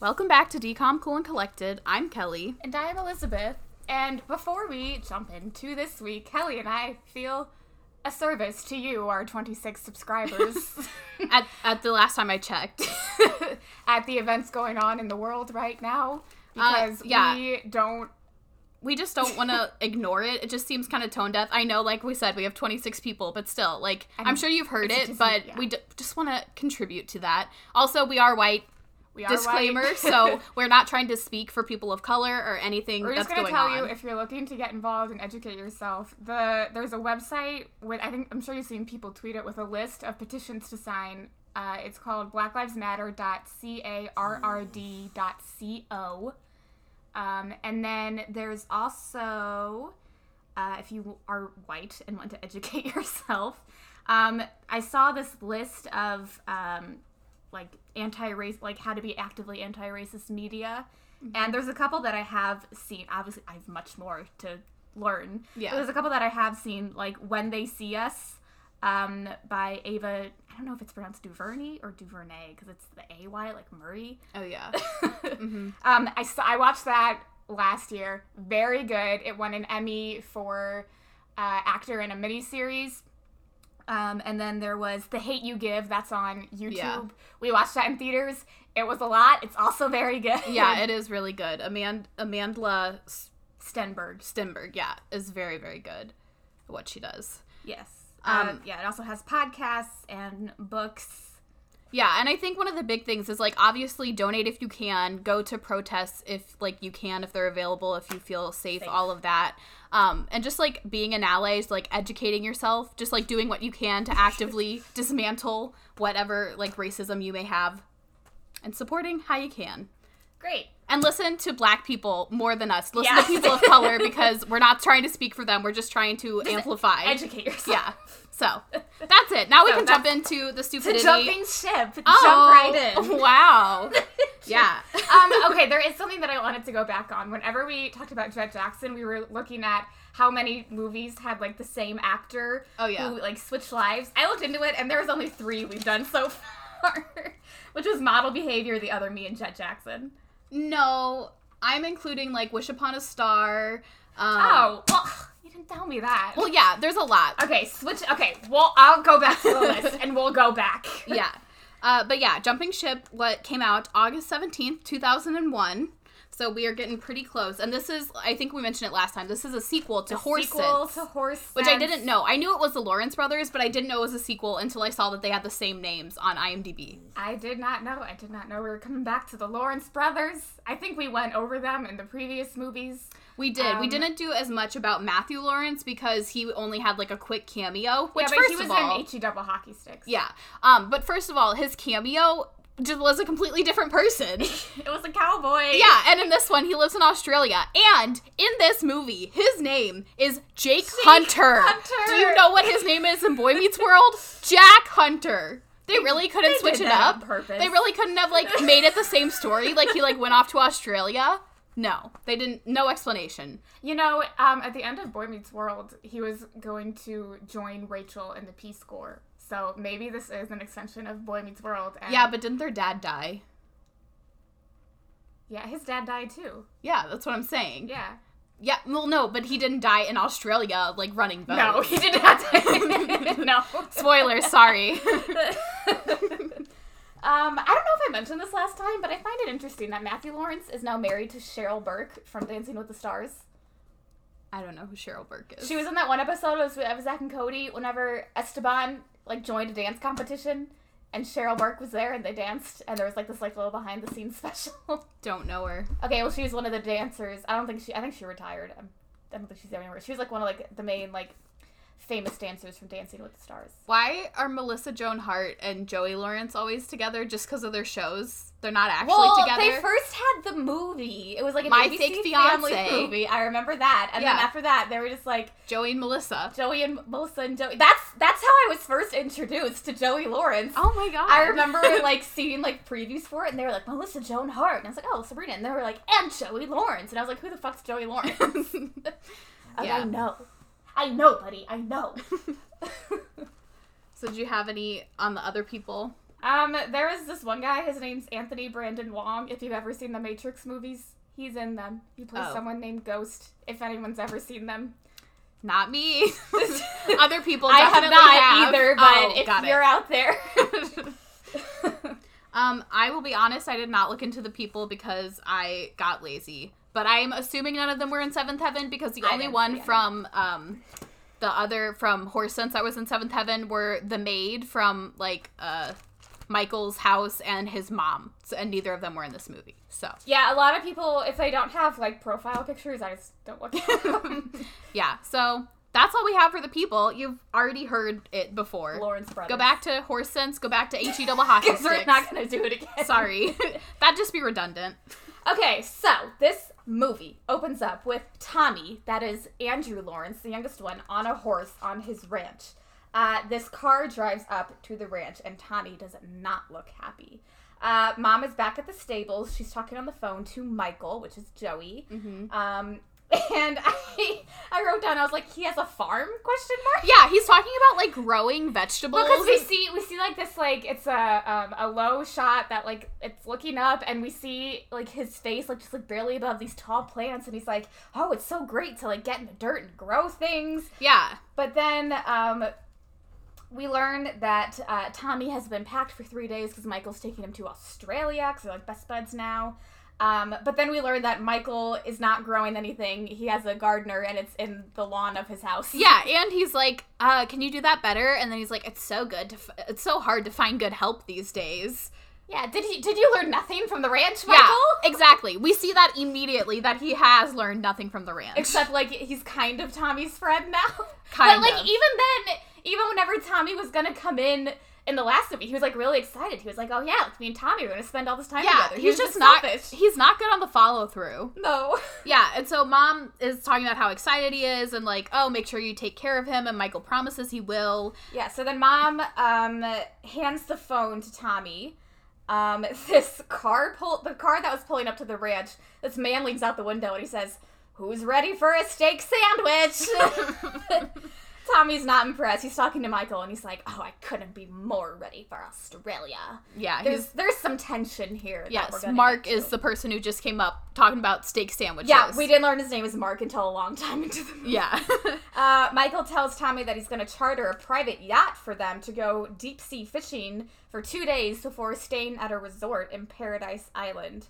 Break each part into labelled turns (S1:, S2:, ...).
S1: Welcome back to Decom Cool and Collected. I'm Kelly.
S2: And I'm Elizabeth. And before we jump into this week, Kelly and I feel a service to you, our 26 subscribers,
S1: At, at the last time I checked,
S2: at the events going on in the world right now.
S1: Uh,
S2: Because
S1: yeah.
S2: we don't.
S1: we just don't want to ignore it. It just seems kind of tone deaf. I know, like we said, we have 26 people, but still, like, I am
S2: mean,
S1: sure you've heard
S2: it's
S1: it,
S2: just-
S1: but
S2: yeah.
S1: we d- just want to contribute to that. Also, we are white.
S2: We are white.
S1: Disclaimer, so we're not trying to speak for people of color or anything
S2: We're
S1: that's
S2: just gonna
S1: going
S2: tell
S1: on.
S2: you if you're looking to get involved and educate yourself. The there's a website with I think I'm sure you've seen people tweet it with a list of petitions to sign. Uh, it's called blacklivesmatter.carrd.co. Um, and then there's also uh, if you are white and want to educate yourself. Um, I saw this list of um, like anti-race, like how to be actively anti-racist media, and there's a couple that I have seen. Obviously, I have much more to learn.
S1: Yeah.
S2: but there's a couple that I have seen, like "When They See Us" um, by Ava. I don't know if it's pronounced Duvernay or Duvernay because it's the A Y, like Murray.
S1: oh, yeah.
S2: Um, I saw, I watched that last year. Very good. It won an Emmy for uh, actor in a miniseries. Um, and then there was The Hate You Give. That's on YouTube.
S1: Yeah.
S2: We watched that in theaters. It was a lot. It's also very good.
S1: yeah, it is really good. Amand- Amandla S-
S2: Stenberg.
S1: Stenberg, yeah, is very, very good at what she does.
S2: Yes.
S1: Um,
S2: Um, yeah. It also has podcasts and books.
S1: Yeah, and I think one of the big things is like obviously donate if you can, go to protests if like you can, if they're available, if you feel safe, all of that. Um, and just like being an ally is like educating yourself, just like doing what you can to actively dismantle whatever like racism you may have and supporting how you can.
S2: Great.
S1: And listen to black people more than us. Listen
S2: Yes.
S1: to people of color because we're not trying to speak for them, we're just trying to amplify.
S2: Educate yourself.
S1: yeah. So that's it. Now we
S2: So
S1: can jump into the
S2: The
S1: stupidity.
S2: jumping ship.
S1: Oh,
S2: Jump right in.
S1: Wow. yeah.
S2: um, okay, there is something that I wanted to go back on. Whenever we talked about Jed Jackson, we were looking at how many movies had like the same actor
S1: Oh, yeah.
S2: who like switched lives. I looked into it, and there was only three we've done so far, which was Model Behavior, the other me, and Jed Jackson.
S1: No, I'm including like Wish Upon a Star. Um,
S2: Oh, well, you didn't tell me that.
S1: Well, yeah. There's a lot.
S2: okay, switch. Okay, well, I'll go back to the list, and we'll go back.
S1: Yeah. Uh, but yeah, Jumping Ship. What came out August seventeenth, two thousand and one. So we are getting pretty close, and this is I think we mentioned it last time. This is a sequel to Horse
S2: Sequel
S1: Sense,
S2: to Horse,
S1: which I
S2: Sense.
S1: didn't know. I knew it was the Lawrence brothers, but I didn't know it was a sequel until I saw that they had the same names on IMDb.
S2: I did not know. I did not know we were coming back to the Lawrence brothers. I think we went over them in the previous movies.
S1: We did. we
S2: Um,
S1: didn't do as much about Matthew Lawrence because he only had like a quick cameo. Which
S2: yeah, but
S1: first
S2: he was
S1: of all,
S2: in H E double hockey sticks.
S1: yeah. Um, but first of all, his cameo just was a completely different person.
S2: It was a cowboy.
S1: yeah, and in this one, he lives in Australia, and in this movie, his name is Jake, Hunter.
S2: Hunter.
S1: Do you know what his name is in Boy Meets World? Jack Hunter. They really couldn't
S2: they
S1: switch
S2: did
S1: it
S2: that
S1: up.
S2: on purpose.
S1: They really couldn't have like made it the same story. Like he like went off to Australia. No, they didn't. No explanation.
S2: You know, um, at the end of Boy Meets World, he was going to join Rachel in the Peace Corps. So maybe this is an extension of Boy Meets World. And
S1: Yeah, but didn't their dad die?
S2: yeah, his dad died too.
S1: Yeah, that's what I'm saying. Yeah.
S2: Yeah.
S1: well, no, but he didn't die in Australia, like running boat.
S2: No, he did not. die. no.
S1: Spoilers, sorry.
S2: Um, I don't know if I mentioned this last time, but I find it interesting that Matthew Lawrence is now married to Cheryl Burke from Dancing with the Stars.
S1: I don't know who Cheryl Burke is.
S2: She was in that one episode of it was Zach and Cody whenever Esteban like joined a dance competition and Cheryl Burke was there and they danced and there was like this like little behind the scenes special.
S1: Don't know her.
S2: okay, well she was one of the dancers. I don't think she I think she retired. I'm, I don't think she's there anymore. She was like one of like the main like famous dancers from Dancing with the Stars.
S1: Why are Melissa Joan Hart and Joey Lawrence always together just because of their shows? They're not actually
S2: well,
S1: together.
S2: they first had the movie. It was like an
S1: My
S2: ABC
S1: Fake
S2: family
S1: Fiancé.
S2: movie. I remember that. And
S1: Yeah.
S2: then after that, they were just like
S1: Joey and Melissa.
S2: Joey and Melissa and Joey. That's that's how I was first introduced to Joey Lawrence.
S1: Oh my god.
S2: I remember like seeing like previews for it, and they were like Melissa Joan Hart, and I was like, oh Sabrina, and they were like, and Joey Lawrence, and I was like, who the fuck's Joey Lawrence? I was like,
S1: Yeah.
S2: I know, I know, buddy, I know.
S1: so, did you have any on the other people?
S2: Um, there is this one guy. His name's Anthony Brandon Wong. If you've ever seen the Matrix movies, he's in them. He plays
S1: Oh.
S2: someone named Ghost. If anyone's ever seen them,
S1: Not me. Other people
S2: I have
S1: definitely
S2: not
S1: have.
S2: either. But
S1: Oh,
S2: if
S1: got it.
S2: you're out there,
S1: Um, I will be honest, I did not look into the people because I got lazy. But I'm assuming none of them were in Seventh Heaven because the
S2: I
S1: only
S2: didn't
S1: one
S2: see it.
S1: from um the other from Horse Sense that was in Seventh Heaven were the maid from like uh Michael's house and his mom. So, and neither of them were in this movie. So
S2: yeah, a lot of people if they don't have like profile pictures, I just don't look at them.
S1: yeah, so that's all we have for the people. You've already heard it before.
S2: Lawrence Brothers.
S1: Go back to Horse Sense, go back to H E double hockey
S2: because we're
S1: sticks.
S2: not gonna do it again.
S1: Sorry. That'd just be redundant.
S2: Okay, so this movie opens up with Tommy, that is Andrew Lawrence, the youngest one, on a horse on his ranch. Uh, this car drives up to the ranch, and Tommy does not look happy. Uh, Mom is back at the stables. She's talking on the phone to Michael, which is Joey.
S1: Mm-hmm.
S2: Um, and I, I wrote down, I was like, he has a farm? Question mark.
S1: Yeah, he's talking about like growing vegetables.
S2: Because we see we see like this like it's a um, a low shot that like it's looking up and we see like his face like just like barely above these tall plants and he's like oh it's so great to like get in the dirt and grow things
S1: yeah,
S2: but then um, we learn that uh, Tommy has been packed for three days because Michael's taking him to Australia because they're like best buds now. Um, but then we learn that Michael is not growing anything. He has a gardener and it's in the lawn of his house.
S1: yeah, and he's like, uh, "Can you do that better?" And then he's like, "It's so good. To f- it's so hard to find good help these days."
S2: Yeah. Did you did you learn nothing from the ranch, Michael?
S1: Yeah, exactly. We see that immediately that he has learned nothing from the ranch.
S2: Except like he's kind of Tommy's friend now.
S1: Kind
S2: but like
S1: of.
S2: even then, even whenever Tommy was gonna come in in the last movie, he was like really excited. He was like, "Oh yeah, me and Tommy are gonna spend all this time
S1: yeah,
S2: together."
S1: he's,
S2: He was
S1: just, not.
S2: selfish.
S1: He's not good on the follow through.
S2: No.
S1: Yeah, and so mom is talking about how excited he is and like, oh, make sure you take care of him. And Michael promises he will.
S2: Yeah. So then mom um hands the phone to Tommy. Um, this car pull the car that was pulling up to the ranch. This man leans out the window and he says, "Who's ready for a steak sandwich?" Tommy's not impressed. He's talking to Michael and he's like, "Oh, I couldn't be more ready for Australia."
S1: Yeah,
S2: There's
S1: he's.
S2: there's some tension here. that we're
S1: Yes,
S2: gonna
S1: Mark
S2: get to.
S1: is the person who just came up talking about steak sandwiches.
S2: Yeah, we didn't learn his name is Mark until a long time into the movie.
S1: Yeah.
S2: Uh, Michael tells Tommy that he's going to charter a private yacht for them to go deep sea fishing for two days before staying at a resort in Paradise Island.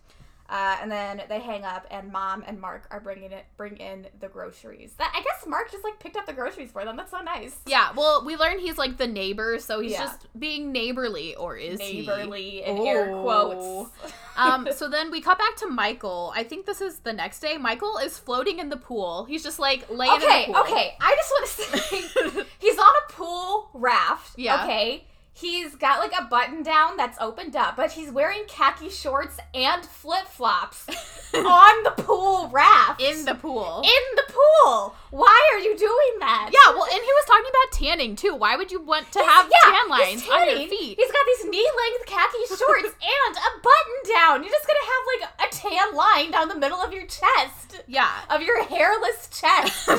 S2: Uh, and then they hang up, and Mom and Mark are bringing it, bring in the groceries. That, I guess Mark just like picked up the groceries for them. That's so nice.
S1: Yeah, well, we learn he's like the neighbor, so he's
S2: Yeah.
S1: just being neighborly, or is he?
S2: Neighborly in air
S1: Oh.
S2: quotes.
S1: um, so then we cut back to Michael. I think this is the next day. Michael is floating in the pool. He's just like laying
S2: Okay,
S1: in the pool.
S2: okay. I just want to say he's on a pool raft.
S1: Yeah.
S2: Okay. He's got like a button down that's opened up, but he's wearing khaki shorts and flip flops on the pool raft.
S1: In the pool.
S2: in the pool. Why are you doing that?
S1: yeah, well, and he was talking about tanning too. Why would you want to have tan lines
S2: he's
S1: on your
S2: tanning.
S1: feet?
S2: He's got these knee-length khaki shorts and a button down. You're just gonna have like a tan line down the middle of your chest,
S1: Yeah.
S2: of your hairless chest.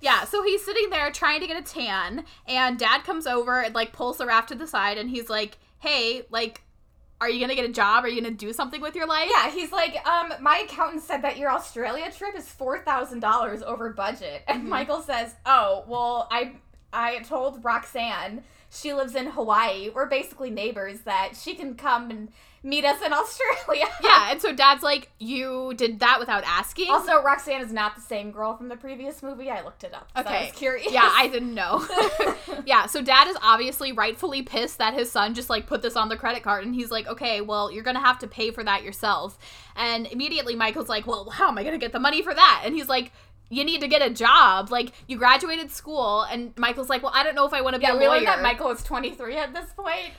S1: yeah, so he's sitting there trying to get a tan, and dad comes over and like pulls the raft to the side, and he's like, hey, like, are you gonna get a job? Are you gonna do something with your life?
S2: Yeah, he's like, um, my accountant said that your Australia trip is four thousand dollars over budget,
S1: Mm-hmm.
S2: and Michael says, "Oh, well, I I told Roxanne she lives in Hawaii. We're basically neighbors that she can come and meet us in Australia."
S1: Yeah, and so dad's like, you did that without asking.
S2: Also, Roxanne is not the same girl from the previous movie. I looked it up. So I
S1: Okay.
S2: was curious.
S1: yeah, I didn't know. yeah, so dad is obviously rightfully pissed that his son just like put this on the credit card and he's like, "Okay, well, you're going to have to pay for that yourself." And immediately Michael's like, "Well, how am I going to get the money for that?" And he's like, "You need to get a job. Like, you graduated school." And Michael's like, "Well, I don't know if I want to be
S2: yeah,
S1: a
S2: we
S1: lawyer."
S2: learned that Michael is twenty three at this point.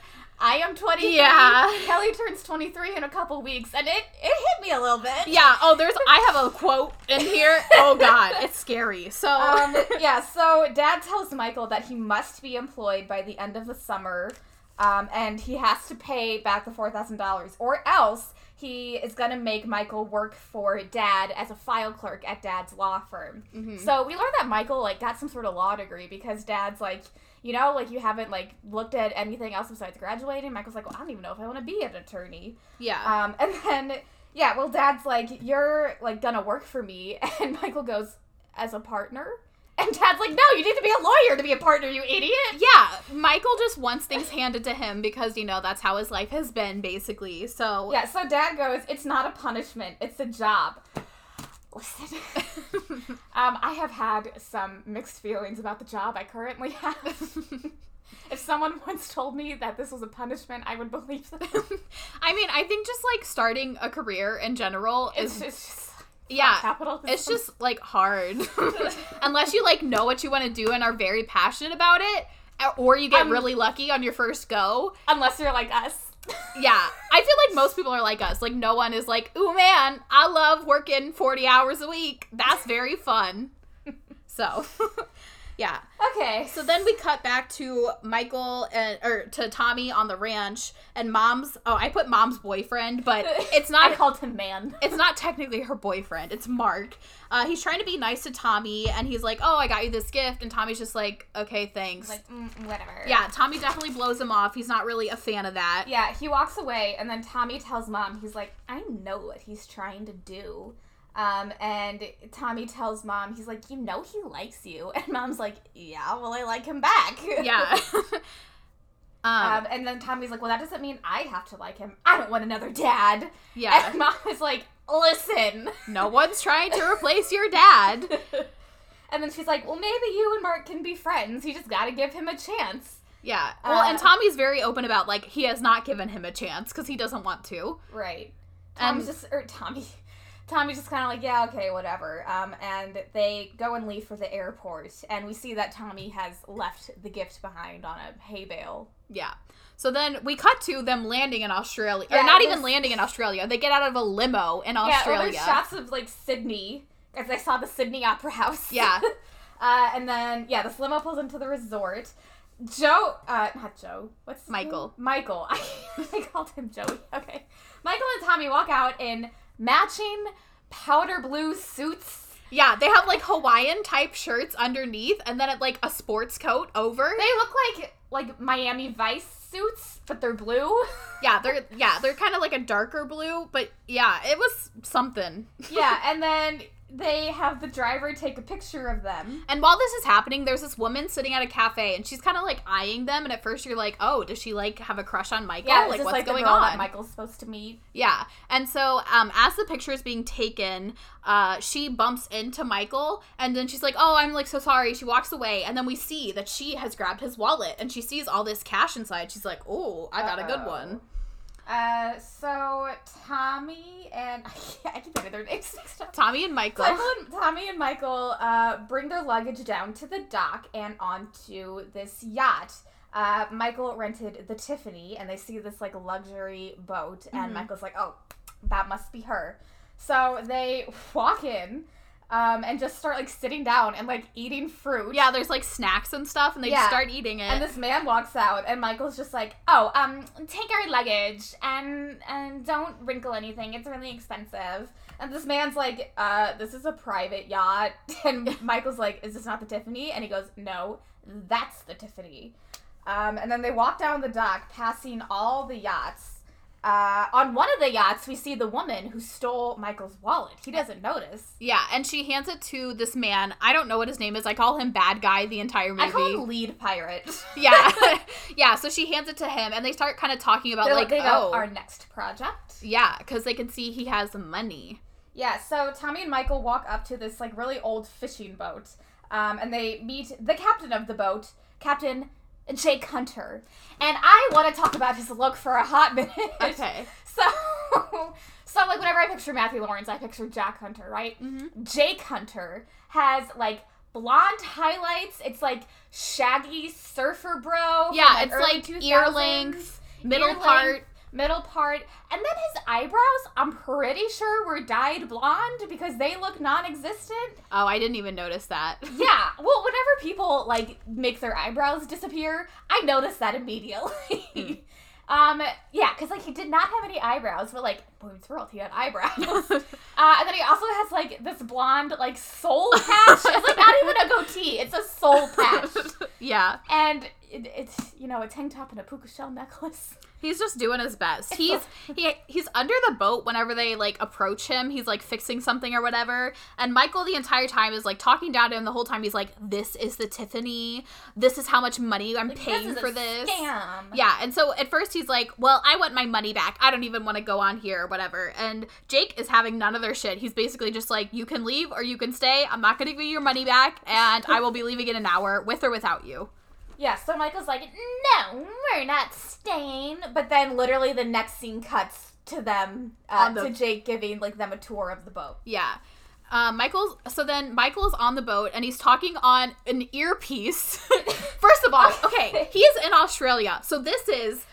S2: I am twenty three.
S1: Yeah.
S2: Kelly turns twenty three in a couple weeks, and it it hit me a little bit.
S1: yeah, oh, there's I have a quote in here. Oh god, it's scary. So
S2: um, yeah, so dad tells Michael that he must be employed by the end of the summer um, and he has to pay back the $4,000 or else he is going to make Michael work for dad as a file clerk at dad's law firm. So we learned that Michael like got some sort of law degree because dad's like, you know, like you haven't like looked at anything else besides graduating. Michael's like, well, I don't even know if I want to be an attorney.
S1: Yeah.
S2: Um, and then yeah, well, dad's like, you're like gonna work for me, and Michael goes as a partner, and dad's like, no, you need to be a lawyer to be a partner, you idiot.
S1: yeah, Michael just wants things handed to him because you know that's how his life has been basically. So
S2: Yeah, so dad goes, it's not a punishment, it's a job. Listen, um, I have had some mixed feelings about the job I currently have. if someone once told me that this was a punishment, I would believe them.
S1: I mean, I think just like starting a career in general
S2: It's
S1: is
S2: just, it's just
S1: yeah,
S2: capitalism.
S1: it's just like hard unless you like know what you want to do and are very passionate about it or you get
S2: Um,
S1: really lucky on your first go
S2: unless you're like us.
S1: yeah i feel like most people are like us like no one is like ooh man i love working 40 hours a week that's very fun so yeah
S2: Okay, so
S1: so then we cut back to Michael and or to Tommy on the ranch and mom's oh I put mom's boyfriend but it's
S2: I
S1: not
S2: called him man.
S1: it's not technically her boyfriend. It's Mark. Uh, he's trying to be nice to Tommy, and he's like, "Oh, I got you this gift," and Tommy's just like, "Okay, thanks."
S2: Like mm, whatever.
S1: yeah, Tommy definitely blows him off. He's not really a fan of that.
S2: Yeah, he walks away, and then Tommy tells mom, he's like, I know what he's trying to do. Um, and Tommy tells mom, he's like, You know, he likes you. And mom's like, Yeah, well, I like him back.
S1: Yeah. um,
S2: Um, and then Tommy's like, Well, that doesn't mean I have to like him. I don't want another dad.
S1: yeah.
S2: And mom is like, Listen.
S1: No one's trying to replace your dad.
S2: And then she's like, Well, maybe you and Mark can be friends. You just got to give him a chance.
S1: Yeah. Well, and
S2: Uh,
S1: Tommy's very open about like he has not given him a chance because he doesn't want to.
S2: Right.
S1: Um,
S2: Tom's just or Tommy. Tommy's just kind of like, yeah, okay, whatever. Um, and they go and leave for the airport, and we see that Tommy has left the gift behind on a hay bale.
S1: Yeah. So then we cut to them landing in Australia, or
S2: Yeah,
S1: not
S2: it
S1: even
S2: was-
S1: landing in Australia. They get out of a limo in
S2: Yeah, well,
S1: Australia.
S2: there's shots of like Sydney, as I saw the Sydney Opera House.
S1: Yeah.
S2: uh, and then yeah, this limo pulls into the resort. Joe, uh, not Joe. What's his
S1: Michael.
S2: name? Michael. I, I called him Joey. Okay. Michael and Tommy walk out in matching powder blue suits.
S1: Yeah, they have like Hawaiian type shirts underneath and then it, like a sports coat over.
S2: They look like like Miami Vice suits, but they're blue.
S1: yeah, they're yeah, they're kind of like a darker blue, but yeah, it was something.
S2: yeah, and then they have the driver take a picture of them.
S1: And while this is happening, there's this woman sitting at a cafe and she's kind of like eyeing them and at first you're like, "Oh, does she like have a crush on Michael?
S2: Yeah,
S1: like
S2: just
S1: what's
S2: Oh, like
S1: going
S2: the girl
S1: on?"
S2: that Michael's supposed to meet.
S1: Yeah. And so um, as the picture is being taken, uh, she bumps into Michael and then she's like, oh, I'm like so sorry. She walks away. And then we see that she has grabbed his wallet and she sees all this cash inside. She's like, oh, I got a good
S2: Uh-oh.
S1: one.
S2: Uh, so Tommy and I can't, I keep getting their names mixed up.
S1: Tommy and Michael.
S2: Michael and, Tommy and Michael uh, bring their luggage down to the dock and onto this yacht. Uh, Michael rented the Tiffany, and they see this like luxury boat, and
S1: Mhm.
S2: Michael's like, "Oh, that must be her." So they walk in, um, and just start like sitting down and like eating fruit.
S1: yeah, there's like snacks and stuff and they
S2: Yeah.
S1: just start eating it.
S2: And this man walks out, and Michael's just like, "Oh, um, take our luggage and and don't wrinkle anything. It's really expensive." And this man's like, "Uh, this is a private yacht." And Michael's like, "Is this not the Tiffany?" And he goes, "No, that's the Tiffany." Um, and then they walk down the dock, passing all the yachts. Uh, on one of the yachts, we see the woman who stole Michael's wallet. He doesn't notice.
S1: yeah, and she hands it to this man. I don't know what his name is. I call him Bad Guy the entire movie.
S2: I call him lead pirate.
S1: yeah. yeah, so she hands it to him and they start kind of talking about
S2: They're
S1: like,
S2: they go,
S1: oh.
S2: our next project.
S1: yeah, because they can see he has money.
S2: Yeah, so Tommy and Michael walk up to this like really old fishing boat, um, and they meet the captain of the boat, Captain Jake Hunter. And I want to talk about his look for a hot minute.
S1: Okay.
S2: So, so like whenever I picture Matthew Lawrence, I picture Jack Hunter, right?
S1: Mhm.
S2: Jake Hunter has like blonde highlights. It's like shaggy surfer bro. from,
S1: Yeah, it's,
S2: early
S1: like, ear length, middle
S2: ear length,
S1: part.
S2: middle part, and then his eyebrows. I'm pretty sure were dyed blonde because they look non-existent.
S1: Oh, I didn't even notice that.
S2: Yeah, well, whenever people like make their eyebrows disappear, I notice that immediately.
S1: Hmm.
S2: Um, yeah, because like he did not have any eyebrows, but like Boyman's World, he had eyebrows. uh, and then he also has like this blonde like soul patch. it's like not even a goatee; it's a soul patch.
S1: yeah.
S2: And it, it's you know a tank top and a puka shell necklace.
S1: He's just doing his best. He's he he's under the boat whenever they like approach him. He's like fixing something or whatever. And Michael the entire time is like talking down to him the whole time. He's like, "This is the Tiffany. This is how much money I'm
S2: Like,
S1: paying
S2: is a
S1: for this."
S2: scam.
S1: Yeah, and so at first he's like, "Well, I want my money back. I don't even want to go on here or whatever." And Jake is having none of their shit. He's basically just like, "You can leave or you can stay. I'm not going to give you your money back, and I will be leaving in an hour with or without you."
S2: Yeah, so Michael's like, no, we're not staying. But then literally the next scene cuts to them, uh,
S1: On the-
S2: to Jake giving like them a tour of the boat.
S1: Yeah. Um, Michael's so then Michael is on the boat and he's talking on an earpiece. First of all, okay, he is in Australia, so this is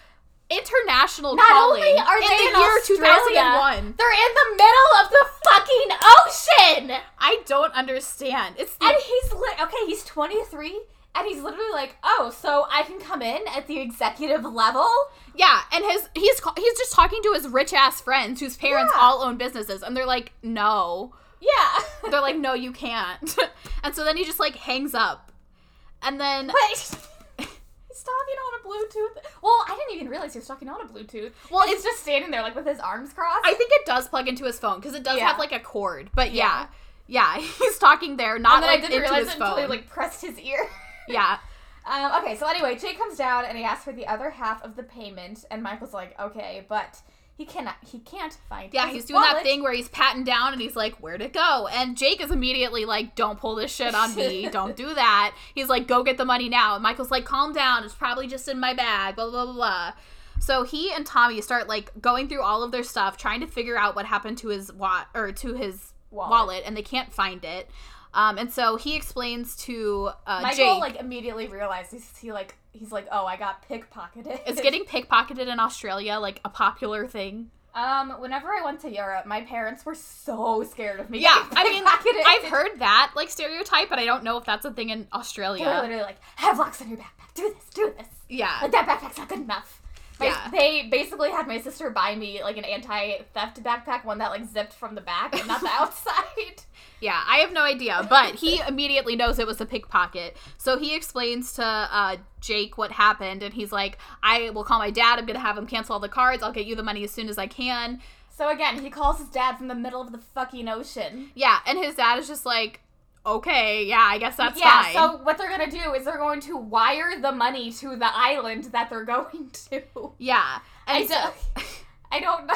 S1: international
S2: Not
S1: calling
S2: only are
S1: in
S2: they
S1: the
S2: in
S1: year
S2: Australia,
S1: 2001.
S2: They're in the middle of the fucking ocean!
S1: I don't understand. It's the,
S2: And he's, li- okay, he's 23, and he's literally like, oh, so I can come in at the executive level?
S1: yeah, and his he's ca- he's just talking to his rich ass friends whose parents
S2: Yeah.
S1: all own businesses, and they're like, no,
S2: Yeah. but
S1: they're like, no, you can't. and so then he just like hangs up, and then
S2: he's talking on a Bluetooth. Well, I didn't even realize he was talking on a Bluetooth.
S1: Well,
S2: Well, he's just standing there, like, with his arms crossed.
S1: I think it does plug into his phone because it does
S2: Yeah.
S1: have like a cord. But yeah. yeah, he's talking there, not
S2: and then
S1: like
S2: I didn't
S1: into
S2: realize
S1: his
S2: it
S1: phone.
S2: until he like pressed his ear.
S1: yeah,
S2: Um, okay, so anyway, Jake comes down and he asks for the other half of the payment, and Michael's like, "Okay," but he cannot. He can't find.
S1: yeah,
S2: his
S1: he's doing that
S2: wallet.
S1: thing where he's patting down and he's like, "Where'd it go?" And Jake is immediately like, "Don't pull this shit on me. Don't do that." He's like, "Go get the money now." And Michael's like, "Calm down. It's probably just in my bag." Blah blah blah. blah. So he and Tommy start like going through all of their stuff, trying to figure out what happened to his wa- or to his
S2: Wallet.
S1: wallet, and they can't find it. Um, and so he explains to uh,
S2: Michael
S1: Jake,
S2: like immediately realizes he like he's like, "Oh, I got pickpocketed."
S1: Is getting pickpocketed in Australia like a popular thing?
S2: um. Whenever I went to Europe, my parents were so scared of me.
S1: Yeah,
S2: getting
S1: I mean,
S2: pickpocketed.
S1: I've heard that like stereotype, but I don't know if that's a thing in
S2: They were
S1: Australia.
S2: literally like, "Have locks on your backpack. Do this. Do this."
S1: Yeah,
S2: Like that backpack's not good enough. My-
S1: Yeah.
S2: They basically had my sister buy me like an anti-theft backpack, one that like zipped from the back and not the outside.
S1: yeah. I have no idea, but he immediately knows it was a pickpocket. So he explains to uh, Jake what happened, and he's like, "I will call my dad. I'm gonna have him cancel all the cards. I'll get you the money as soon as I can."
S2: So again, he calls his dad from the middle of the fucking ocean.
S1: Yeah, and his dad is just like, "Okay, yeah, I guess that's
S2: yeah.
S1: fine."
S2: So what they're gonna do is they're going to wire the money to the island that they're going to.
S1: yeah,
S2: I
S1: and so-
S2: don't. I don't know.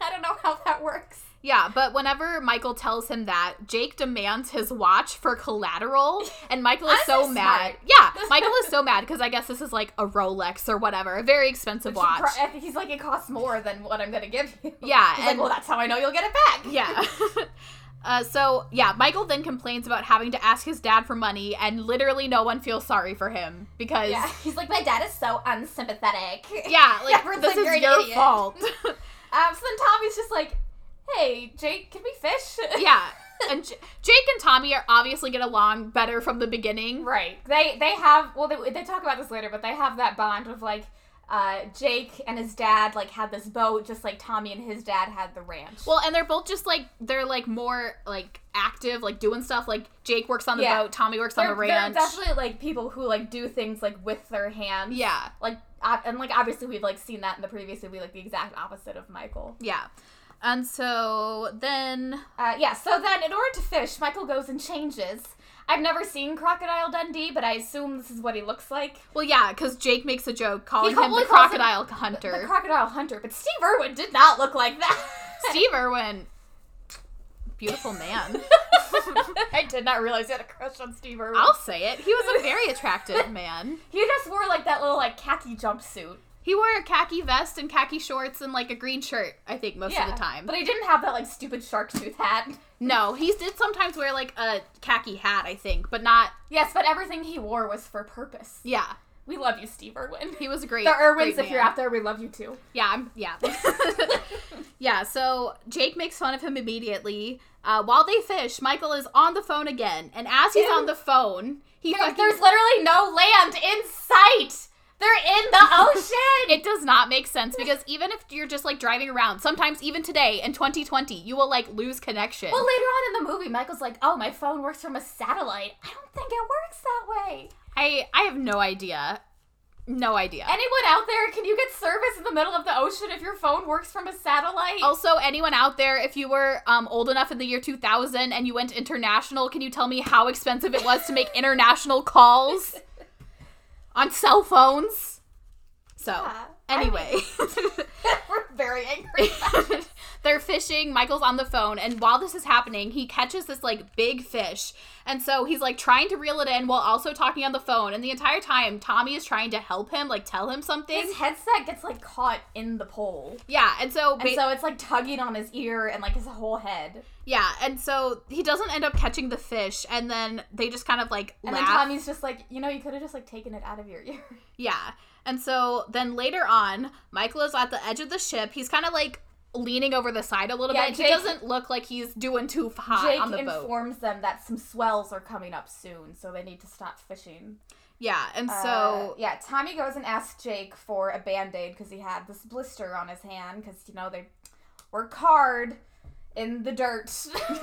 S2: I don't know how that works.
S1: Yeah, but whenever Michael tells him that, Jake demands his watch for collateral, and Michael is so
S2: Honestly,
S1: mad.
S2: smart.
S1: Yeah, Michael is so mad because I guess this is like a Rolex or whatever, a very expensive
S2: Which
S1: watch.
S2: pro- I think he's like, it costs more than what I'm gonna give you.
S1: Yeah,
S2: He's like,
S1: and-
S2: well, that's how I know you'll get it back.
S1: yeah. uh, so yeah, Michael then complains about having to ask his dad for money, and literally no one feels sorry for him because
S2: Yeah.
S1: yeah,
S2: He's like, my dad is so unsympathetic.
S1: like
S2: Everyone's
S1: this
S2: like,
S1: is
S2: "You're an
S1: your
S2: idiot."
S1: fault.
S2: Um, so then Tommy's just like, hey, Jake, can we fish?
S1: yeah. And J- Jake and Tommy are obviously get along better from the beginning.
S2: Right. They they have well they they talk about this later, but they have that bond of like uh Jake and his dad like had this boat just like Tommy and his dad had the ranch.
S1: Well, and they're both just like they're like more like active, like doing stuff. Like Jake works on the
S2: Yeah.
S1: boat, Tommy works
S2: they're,
S1: on the
S2: they're
S1: ranch.
S2: definitely like people who like do things like with their hands.
S1: yeah,
S2: Like ob- and like obviously we've like seen that in the previous movie like the exact opposite of Michael.
S1: yeah. And so then,
S2: Uh yeah, so then in order to fish, Michael goes and changes. I've never seen Crocodile Dundee, but I assume this is what he looks like.
S1: well, yeah, because Jake makes a joke calling him
S2: probably
S1: the
S2: calls him
S1: crocodile
S2: The
S1: hunter.
S2: Crocodile Hunter, but Steve Irwin did not look like that.
S1: Steve Irwin, beautiful man.
S2: I did not realize he had a crush on Steve Irwin.
S1: I'll say it. He was a very attractive man.
S2: He just wore like that little like khaki jumpsuit
S1: He wore a khaki vest and khaki shorts and like a green shirt. I think most of the time.
S2: but he didn't have that like stupid shark tooth hat.
S1: no, he did sometimes wear like a khaki hat. I think, but not.
S2: Yes, but everything he wore was for purpose.
S1: Yeah,
S2: We love you, Steve Irwin.
S1: he was a great.
S2: The Irwins,
S1: great
S2: if you're
S1: man.
S2: out there, we love you too.
S1: Yeah, I'm yeah. yeah, so Jake makes fun of him immediately. Uh, while they fish, Michael is on the phone again, and as he's
S2: Ew.
S1: on the phone, he
S2: There-
S1: fucking
S2: there's literally no land in sight. They're in the ocean.
S1: It does not make sense because even if you're just like driving around, sometimes even today in 2020, you will like lose connection.
S2: well, later on in the movie, Michael's like, "Oh, my phone works from a satellite. I don't think it works that way."
S1: I I have no idea. No idea.
S2: Anyone out there? Can you get service in the middle of the ocean if your phone works from a satellite?
S1: also, anyone out there, if you were um, old enough in the year 2000 and you went international, can you tell me how expensive it was to make international calls on cell phones? So,
S2: Yeah, I
S1: anyway.
S2: We're very angry.
S1: They're fishing. Michael's on the phone, and while this is happening, he catches this like big fish, and so he's like trying to reel it in while also talking on the phone. And the entire time, Tommy is trying to help him, like tell him something.
S2: His headset gets like caught in the pole,
S1: yeah, and so,
S2: and
S1: ba-
S2: so it's like tugging on his ear and like his whole head.
S1: yeah, and so he doesn't end up catching the fish, and then they just kind of like
S2: And then
S1: laugh.
S2: Tommy's just like, you know, you could have just like taken it out of your ear.
S1: Yeah. And so then later on, Michael is at the edge of the ship. He's kind of like leaning over the side a little
S2: Yeah,
S1: bit. he
S2: Jake-
S1: doesn't look like he's doing too hot
S2: Jake
S1: Ah, on the boat.
S2: informs them that some swells are coming up soon, so they need to stop fishing.
S1: yeah. And
S2: Uh,
S1: so
S2: yeah, Tommy goes and asks Jake for a band aid because he had this blister on his hand because you know they work hard in the dirt.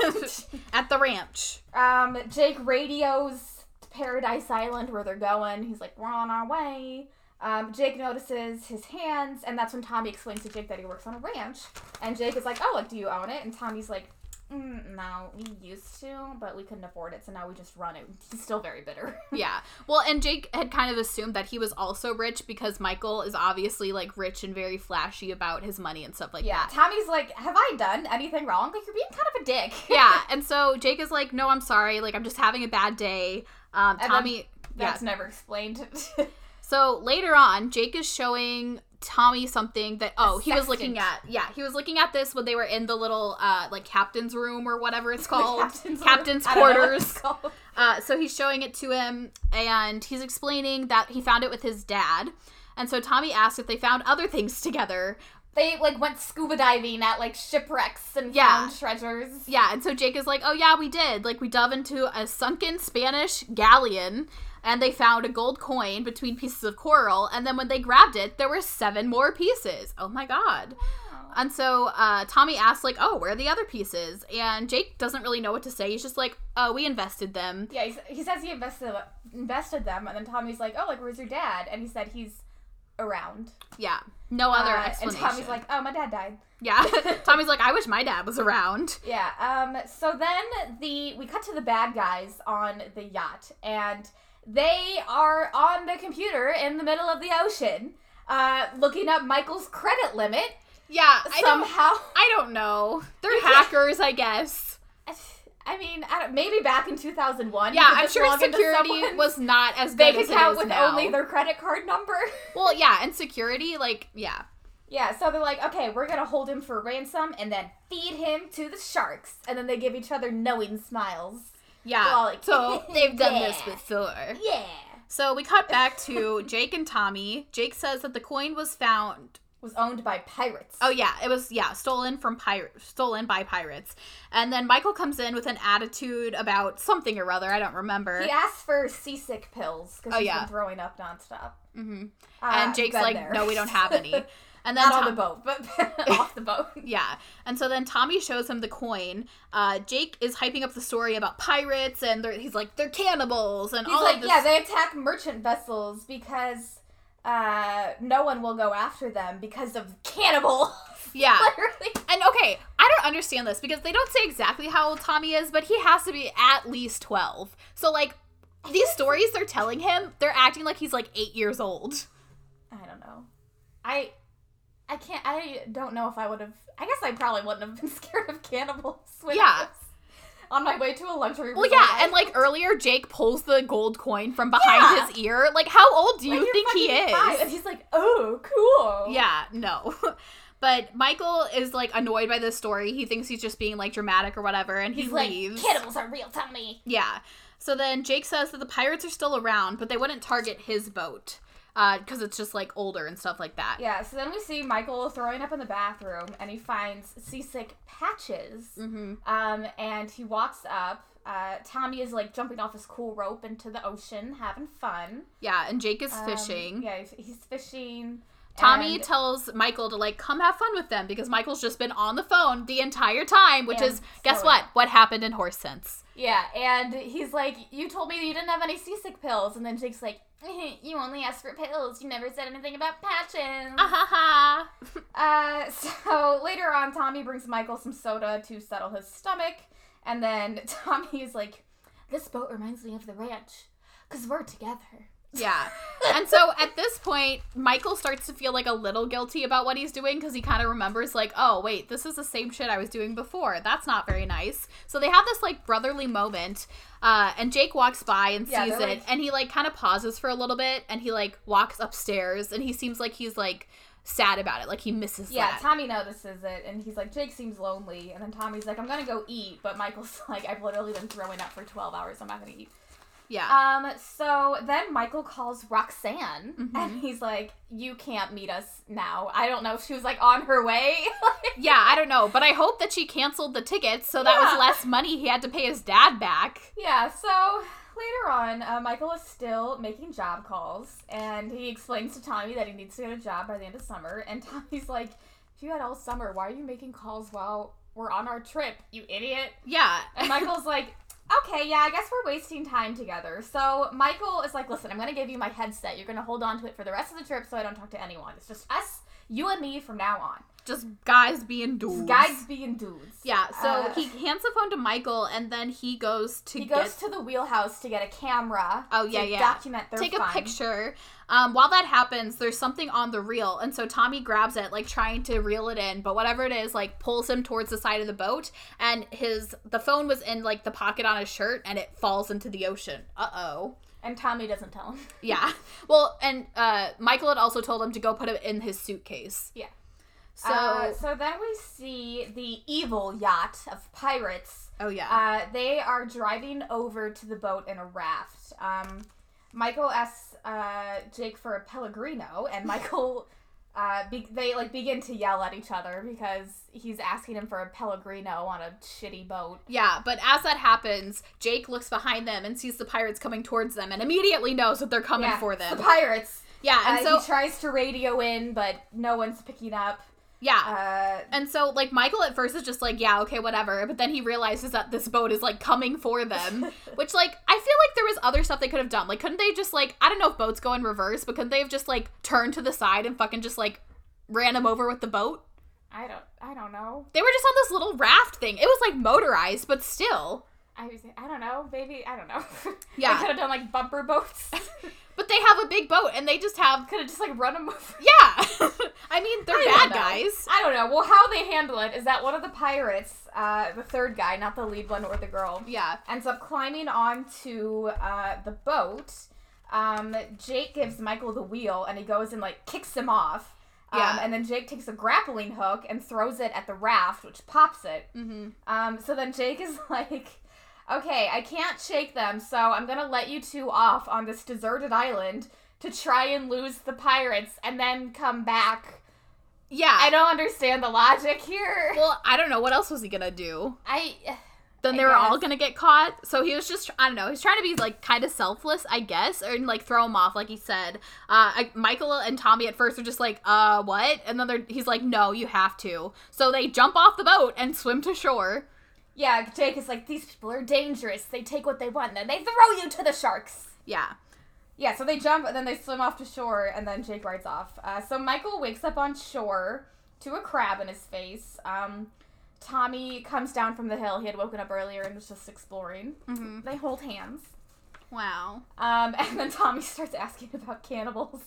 S1: at the ranch.
S2: um, Jake radios to Paradise Island where they're going. He's like, "We're on our way." Um, Jake notices his hands, and that's when Tommy explains to Jake that he works on a ranch. And Jake is like, "Oh, like, do you own it?" And Tommy's like, mm, "No, we used to, but we couldn't afford it, so now we just run it." He's still very bitter.
S1: Yeah. Well, and Jake had kind of assumed that he was also rich because Michael is obviously like rich and very flashy about his money and stuff like
S2: Yeah,
S1: that.
S2: Tommy's like, "Have I done anything wrong? Like, you're being kind of a dick."
S1: Yeah. And so Jake is like, "No, I'm sorry. Like I'm just having a bad day." Um
S2: then-
S1: Tommy yeah.
S2: That's never explained.
S1: So later on, Jake is showing Tommy something that oh, he was looking at.
S2: sextant.
S1: Yeah, he was looking at this when they were in the little uh like captain's room or whatever it's called.
S2: Captain's,
S1: captain's
S2: I don't know what it's
S1: quarters.
S2: called.
S1: Uh, so he's showing it to him, and he's explaining that he found it with his dad. And so Tommy asks if they found other things together.
S2: They like went scuba diving at like shipwrecks and
S1: Yeah.
S2: found treasures.
S1: Yeah, and so Jake is like, "Oh yeah, we did. Like we dove into a sunken Spanish galleon." And they found a gold coin between pieces of coral, and then when they grabbed it, there were seven more pieces. Oh my god. And so uh, Tommy asks, like, oh, where are the other pieces? And Jake doesn't really know what to say. He's just like, oh, we invested them.
S2: Yeah, he, s- he says he invested invested them, and then Tommy's like, "Oh, like where's your dad?" And he said he's around.
S1: Yeah. No other
S2: Uh, and
S1: explanation.
S2: Tommy's like, "Oh, my dad died."
S1: yeah. Tommy's like, I wish my dad was around.
S2: Yeah. Um. So then the we cut to the bad guys on the yacht, and they are on the computer in the middle of the ocean, uh, looking up Michael's credit limit.
S1: Yeah. I don't,
S2: somehow,
S1: I don't know. They're
S2: can't-
S1: hackers, I guess.
S2: I mean, I don't, maybe back in two thousand one.
S1: Yeah, I'm sure security was not as
S2: They
S1: good
S2: could
S1: as it
S2: count
S1: is
S2: with
S1: now.
S2: only their credit card number.
S1: Well, yeah, and security, like, yeah.
S2: yeah, so they're like, okay, we're gonna hold him for ransom and then feed him to the sharks, and then they give each other knowing smiles.
S1: Yeah.
S2: Well, like-
S1: so they've done this
S2: Yeah.
S1: before.
S2: Yeah,
S1: So we cut back to Jake and Tommy. Jake says that the coin was found
S2: was owned by pirates.
S1: Oh yeah, it was yeah, stolen from pirate stolen by pirates. And then Michael comes in with an attitude about something or other, I don't remember.
S2: He asked for seasick pills because
S1: Oh,
S2: he's
S1: yeah.
S2: been throwing up nonstop.
S1: Mhm.
S2: Uh,
S1: And Jake's
S2: been
S1: like,
S2: there.
S1: "No, we don't have any." And then
S2: Not
S1: Tom-
S2: on the boat, but off the boat.
S1: Yeah. And so then Tommy shows him the coin. Uh, Jake is hyping up the story about pirates and they're, he's like, "They're cannibals." And
S2: He's
S1: all
S2: like,
S1: of this
S2: yeah, they attack merchant vessels because uh, no one will go after them because of cannibal.
S1: Yeah.
S2: Literally.
S1: And okay, I don't understand this because they don't say exactly how old Tommy is, but he has to be at least 12. So like these stories they're telling him, they're acting like he's like 8 years old.
S2: I don't know. I I can't. I don't know if I would have. I guess I probably wouldn't have been scared of cannibals. When
S1: Yeah.
S2: I was On my way to a luxury.
S1: Well,
S2: resort.
S1: yeah, and like earlier, Jake pulls the gold coin from behind
S2: Yeah.
S1: his ear. Like, how old do
S2: Like,
S1: you
S2: you're
S1: think he
S2: fucking
S1: is?
S2: five. And he's like, oh, cool.
S1: Yeah, no. but Michael is like annoyed by this story. He thinks he's just being like dramatic or whatever, and he
S2: He's like,
S1: leaves.
S2: cannibals are real. Tell me.
S1: yeah. So then Jake says that the pirates are still around, but they wouldn't target his boat. because it's just like older and stuff like that.
S2: Yeah, so then we see Michael throwing up in the bathroom and he finds seasick patches.
S1: Mm-hmm.
S2: Um, and he walks up. Uh, Tommy is like jumping off his cool rope into the ocean, having fun.
S1: Yeah, and Jake is
S2: Um,
S1: fishing.
S2: yeah, he's, he's fishing.
S1: Tommy
S2: and-
S1: tells Michael to like come have fun with them because Michael's just been on the phone the entire time, which
S2: Yeah,
S1: is guess
S2: so-
S1: what? What happened in horse sense?
S2: yeah, and he's like, "You told me you didn't have any seasick pills," and then Jake's like, "Eh, "You only asked for pills. You never said anything about patches."
S1: Ah ha ha.
S2: Uh, so later on, Tommy brings Michael some soda to settle his stomach, and then Tommy is like, "This boat reminds me of the ranch, cause we're together."
S1: Yeah. and so at this point, Michael starts to feel like a little guilty about what he's doing because he kind of remembers, like, oh, wait, this is the same shit I was doing before. That's not very nice. So they have this like brotherly moment. Uh, and Jake walks by and
S2: Yeah,
S1: sees it.
S2: they're, like-
S1: And he like kind of pauses for a little bit and he like walks upstairs and he seems like he's like sad about it. Like he misses
S2: Yeah,
S1: that.
S2: Tommy notices it, and he's like, "Jake seems lonely," and then Tommy's like, "I'm gonna go eat," but Michael's like, "I've literally been throwing up for 12 hours. I'm not gonna eat."
S1: yeah.
S2: Um, so then Michael calls Roxanne, and he's like, "You can't meet us now." I don't know if she was like on her way.
S1: yeah, I don't know. But I hope that she canceled the tickets so that
S2: Yeah.
S1: was less money he had to pay his dad back.
S2: Yeah, so later on, uh, Michael is still making job calls, and he explains to Tommy that he needs to get a job by the end of summer. And Tommy's like, If you had all summer, why are you making calls while we're on our trip, you idiot?
S1: Yeah.
S2: And Michael's like, Okay, yeah, I guess we're wasting time together. So Michael is like, Listen, I'm going to give you my headset. You're going to hold on to it for the rest of the trip so I don't talk to anyone. It's just us, you and me from now on.
S1: Just guys being dudes.
S2: Guys being dudes.
S1: Yeah, so
S2: Uh,
S1: he hands the phone to Michael, and then he goes to
S2: He
S1: get
S2: goes to the wheelhouse to get a camera.
S1: Oh, yeah,
S2: to
S1: yeah.
S2: Document their
S1: take
S2: fun.
S1: a picture. Um, while that happens, there's something on the reel, and so Tommy grabs it, like trying to reel it in, but whatever it is, like pulls him towards the side of the boat, and his the phone was in like the pocket on his shirt, and it falls into the ocean. Uh oh.
S2: And Tommy doesn't tell him.
S1: Yeah. Well, and uh, Michael had also told him to go put it in his suitcase.
S2: Yeah.
S1: So.
S2: Uh, so then we see the evil yacht of pirates.
S1: oh yeah.
S2: Uh, they are driving over to the boat in a raft. Um, Michael asks uh, Jake for a Pellegrino, and Michael, uh, be- they like begin to yell at each other because he's asking him for a Pellegrino on a shitty boat.
S1: Yeah, but as that happens, Jake looks behind them and sees the pirates coming towards them and immediately knows that they're coming
S2: Yeah,
S1: for
S2: it's The
S1: them.
S2: pirates.
S1: Yeah, and
S2: uh,
S1: so
S2: he tries to radio in, but no one's picking up.
S1: yeah.
S2: Uh,
S1: and so like Michael at first is just like, yeah, okay, whatever, but then he realizes that this boat is like coming for them, which like I feel like there was other stuff they could have done. Like couldn't they just like I don't know if boats go in reverse, but couldn't they have just like turned to the side and fucking just like ran him over with the boat?
S2: I don't. I don't know.
S1: They were just on this little raft thing. It was like motorized, but still.
S2: I was, I don't know, maybe I don't know.
S1: Yeah.
S2: they could have done like bumper boats. could
S1: But they have a big boat and they just have
S2: have just like run them over.
S1: yeah. I mean, they're
S2: I don't
S1: bad
S2: know.
S1: guys.
S2: I don't know. Well, how they handle it is that one of the pirates, uh, the third guy, not the lead one or the girl,
S1: Yeah.
S2: ends up climbing onto uh, the boat. Um, Jake gives Michael the wheel, and he goes and like kicks him off. Um,
S1: Yeah.
S2: And then Jake takes a grappling hook and throws it at the raft, which pops it.
S1: Mm-hmm.
S2: Um, so then Jake is like, okay, I can't shake them, so I'm gonna let you two off on this deserted island to try and lose the pirates and then come back.
S1: Yeah.
S2: I don't understand the logic here.
S1: well, I don't know what else was he gonna do.
S2: I
S1: Then
S2: I
S1: they were all
S2: guess.
S1: gonna get caught. So he was just I don't know. He's trying to be like kind of selfless, I guess, or like throw him off, like he said. Uh, I, Michael and Tommy at first are just like, uh, what? And then they're, he's like, no, you have to. So they jump off the boat and swim to shore.
S2: yeah, Jake is like, these people are dangerous. They take what they want, then they throw you to the sharks.
S1: Yeah.
S2: Yeah, so they jump and then they swim off to shore, and then Jake rides off. Uh, so Michael wakes up on shore to a crab in his face. Um, Tommy comes down from the hill. He had woken up earlier and was just exploring.
S1: Mm-hmm.
S2: They hold hands.
S1: Wow.
S2: Um, and then Tommy starts asking about cannibals.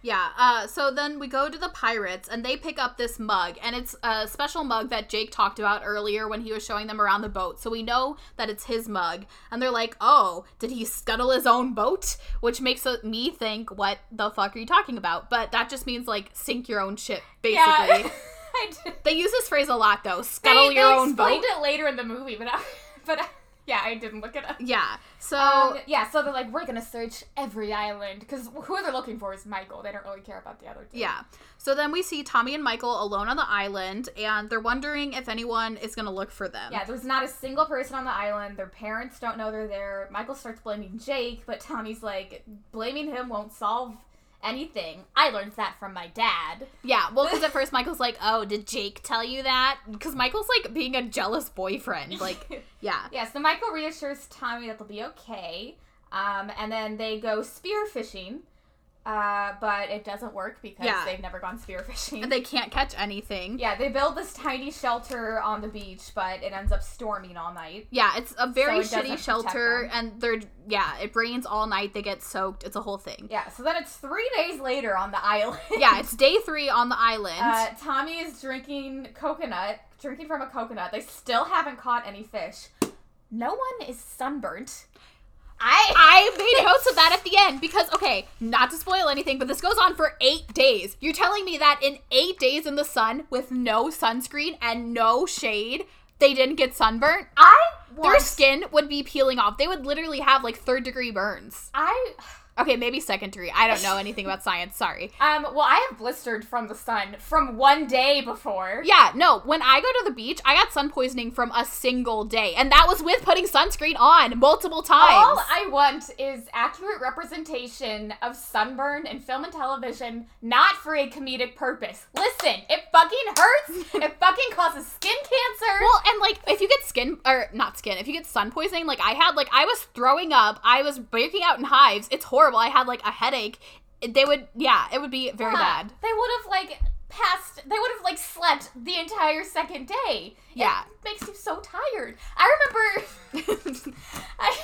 S1: Yeah. Uh, so then we go to the pirates, and they pick up this mug, and it's a special mug that Jake talked about earlier when he was showing them around the boat. So we know that it's his mug, and they're like, "Oh, did he scuttle his own boat?" Which makes uh, me think, "What the fuck are you talking about?" But that just means like sink your own ship, basically.
S2: Yeah, I did.
S1: they use this phrase a lot, though.
S2: They,
S1: Scuttle
S2: they
S1: your own boat.
S2: explained it later in the movie, but I, but I, Yeah, I didn't look it up.
S1: Yeah. So
S2: Um, yeah, so they're like, we're gonna search every island because who they're looking for is Michael. They don't really care about the other two.
S1: yeah. So then we see Tommy and Michael alone on the island, and they're wondering if anyone is going to look for them.
S2: Yeah, there's not a single person on the island. Their parents don't know they're there. Michael starts blaming Jake, but Tommy's like, blaming him won't solve anything. I learned that from my dad.
S1: Yeah, well, because at first Michael's like, "Oh, did Jake tell you that?" Because Michael's like being a jealous boyfriend. Like, yeah,
S2: Yeah, so Michael reassures Tommy that they'll be okay. Um, and then they go spear fishing, uh, but it doesn't work because
S1: Yeah.
S2: they've never gone spear fishing.
S1: and they can't catch anything. Yeah,
S2: yeah, they build this tiny shelter on the beach, but it ends up storming all night.
S1: it's a very
S2: So it doesn't
S1: shitty
S2: protect
S1: shelter,
S2: them.
S1: and they're yeah, it rains all night. They get soaked. It's a whole thing.
S2: Yeah, so then it's three days later on the island.
S1: Yeah, it's day three on the island.
S2: Uh, Tommy is drinking coconut, drinking from a coconut. They still haven't caught any fish. No one is sunburnt. I
S1: I made notes of that at the end because, okay, not to spoil anything, but this goes on for eight days. You're telling me that in eight days in the sun with no sunscreen and no shade, they didn't get sunburnt?
S2: I
S1: Their
S2: want,
S1: skin would be peeling off. They would literally have like third degree burns.
S2: I
S1: Okay, maybe second degree. I don't know anything about science. Sorry.
S2: um well I have blistered from the sun from one day before.
S1: Yeah, no, when I go to the beach, I got sun poisoning from a single day. And that was with putting sunscreen on multiple times.
S2: All I want is accurate representation of sunburn in film and television, not for a comedic purpose. Listen, it fucking hurts. it fucking causes skin cancer.
S1: Well, and like if you get skin or not skin, if you get sun poisoning, like I had, like I was throwing up, I was breaking out in hives. It's horrible. I had like a headache. They would, yeah, it would be very
S2: Yeah,
S1: bad.
S2: They would have like passed. They would have like slept the entire second day.
S1: Yeah.
S2: it makes you so tired. I remember, I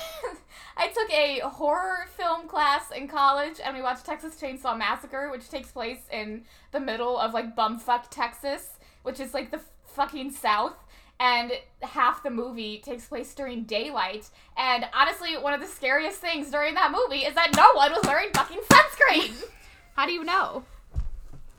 S2: I took a horror film class in college, and we watched Texas Chainsaw Massacre, which takes place in the middle of like bumfuck Texas, which is like the fucking South. And half the movie takes place during daylight. And honestly, one of the scariest things during that movie is that no one was wearing fucking sunscreen.
S1: How do you know?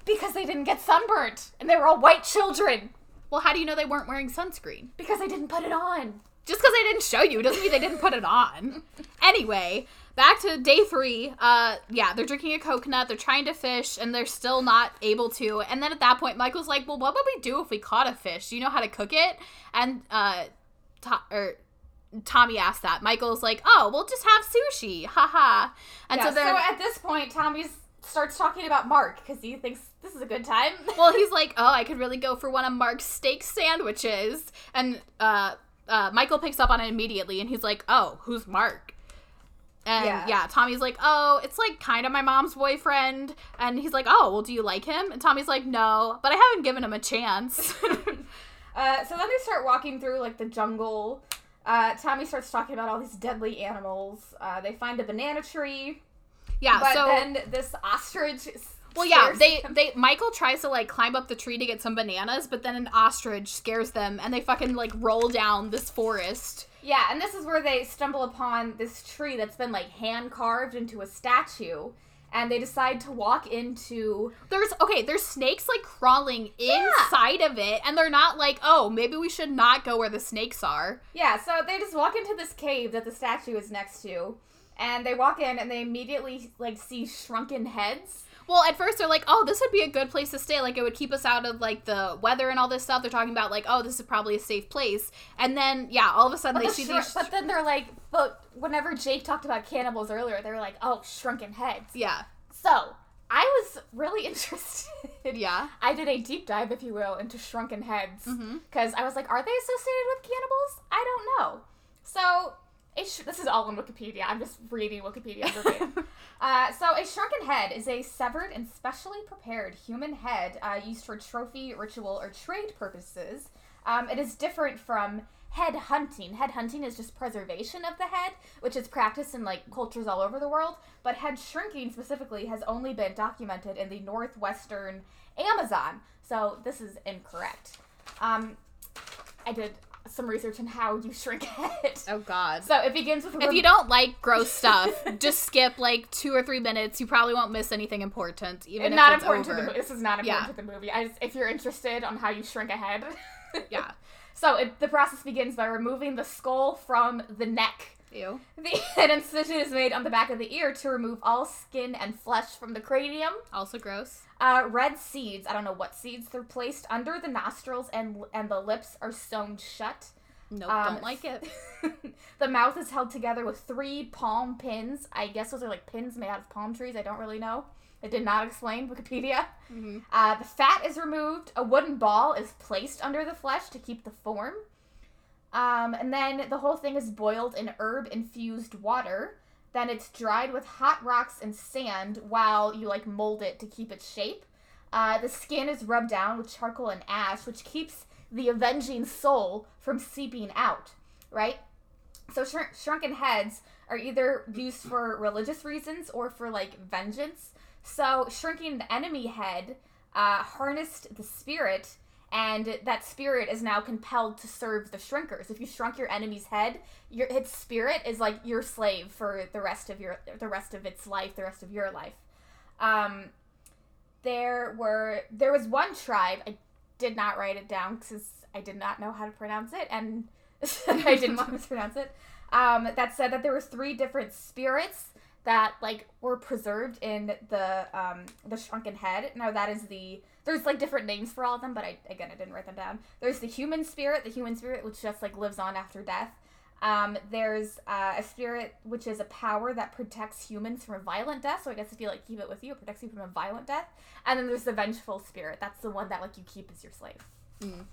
S2: Because they didn't get sunburnt and they were all white children.
S1: Well, how do you know they weren't wearing sunscreen?
S2: Because they didn't put it on.
S1: Just because they didn't show you doesn't mean they didn't put it on. Anyway, back to day three. Uh, yeah, they're drinking a coconut. They're trying to fish, and they're still not able to. And then at that point, Michael's like, "Well, what would we do if we caught a fish? Do you know how to cook it?" And uh, to- or Tommy asked that. Michael's like, "Oh, we'll just have sushi, haha." And
S2: Yeah,
S1: so
S2: so,
S1: they're
S2: at this point, Tommy starts talking about Mark because he thinks this is a good time.
S1: well, he's like, "Oh, I could really go for one of Mark's steak sandwiches." And uh, uh, Michael picks up on it immediately, and he's like, "Oh, who's Mark?" And yeah.
S2: Yeah.
S1: Tommy's like, "Oh, it's like kind of my mom's boyfriend." And he's like, "Oh, well, do you like him?" And Tommy's like, "No, but I haven't given him a chance."
S2: Uh, so then they start walking through like the jungle. Uh, Tommy starts talking about all these deadly animals. Uh, they find a banana tree,
S1: yeah,
S2: but
S1: so
S2: then this ostrich. s-
S1: well, yeah,
S2: scares
S1: they
S2: them.
S1: they Michael tries to like climb up the tree to get some bananas, but then an ostrich scares them, and they fucking like roll down this forest.
S2: Yeah, and this is where they stumble upon this tree that's been like hand carved into a statue, and they decide to walk into
S1: There's okay, there's snakes like crawling inside of it, and they're not like, oh, maybe we should not go where the snakes are.
S2: Yeah, so they just walk into this cave that the statue is next to, and they walk in and they immediately like see shrunken heads.
S1: Well, at first they're like, oh, this would be a good place to stay. Like it would keep us out of like the weather and all this stuff. They're talking about like, oh, this is probably a safe place. And then yeah, all of a sudden
S2: But,
S1: they
S2: the
S1: see
S2: shr-
S1: these
S2: but then they're like, but whenever Jake talked about cannibals earlier, they were like, oh, shrunken heads.
S1: Yeah.
S2: So I was really interested.
S1: Yeah.
S2: I did a deep dive, if you will, into shrunken heads because
S1: Mhm.
S2: I was like, are they associated with cannibals? I don't know. So a sh- this is all on Wikipedia. I'm just reading Wikipedia verbatim. Uh, so a shrunken head is a severed and specially prepared human head uh, used for trophy, ritual, or trade purposes. Um, it is different from head hunting. Head hunting is just preservation of the head, which is practiced in like cultures all over the world. But head shrinking specifically has only been documented in the northwestern Amazon. So this is incorrect. Um, I did some research on how you shrink a head.
S1: oh God.
S2: So it begins with a
S1: if
S2: rem-
S1: you don't like gross stuff, just skip like two or three minutes. You probably won't miss anything important, even
S2: And
S1: if
S2: not
S1: it's
S2: important
S1: over.
S2: to the mo- this is not
S1: Yeah.
S2: important to the movie. I just, if you're interested on how you shrink a head,
S1: yeah.
S2: So it, the process begins by removing the skull from the neck.
S1: Ew.
S2: The, an incision is made on the back of the ear to remove all skin and flesh from the cranium.
S1: Also gross.
S2: Uh, red seeds, I don't know what seeds, they're placed under the nostrils and and the lips are sewn shut.
S1: Nope.
S2: Um,
S1: don't like it.
S2: the mouth is held together with three palm pins. I guess those are like pins made out of palm trees. I don't really know. It did not explain Wikipedia.
S1: Mhm.
S2: Uh, the fat is removed. A wooden ball is placed under the flesh to keep the form. Um, and then the whole thing is boiled in herb infused water. Then it's dried with hot rocks and sand while you like mold it to keep its shape. Uh, the skin is rubbed down with charcoal and ash, which keeps the avenging soul from seeping out, right? So shr- shrunken heads are either used for religious reasons or for like vengeance. So shrinking the enemy head uh, harnessed the spirit, and that spirit is now compelled to serve the shrinkers. If you shrunk your enemy's head, your its spirit is like your slave for the rest of your the rest of its life, the rest of your life. Um, there were there was one tribe. I did not write it down because I did not know how to pronounce it, and I didn't want to mispronounce it. Um, that said that there were three different spirits that like were preserved in the um, the shrunken head. Now that is the there's like different names for all of them, but I again I didn't write them down. There's the human spirit, the human spirit which just like lives on after death. Um, there's uh, a spirit which is a power that protects humans from a violent death. So I guess if you like keep it with you, it protects you from a violent death. And then there's the vengeful spirit. That's the one that like you keep as your slave.
S1: Mm.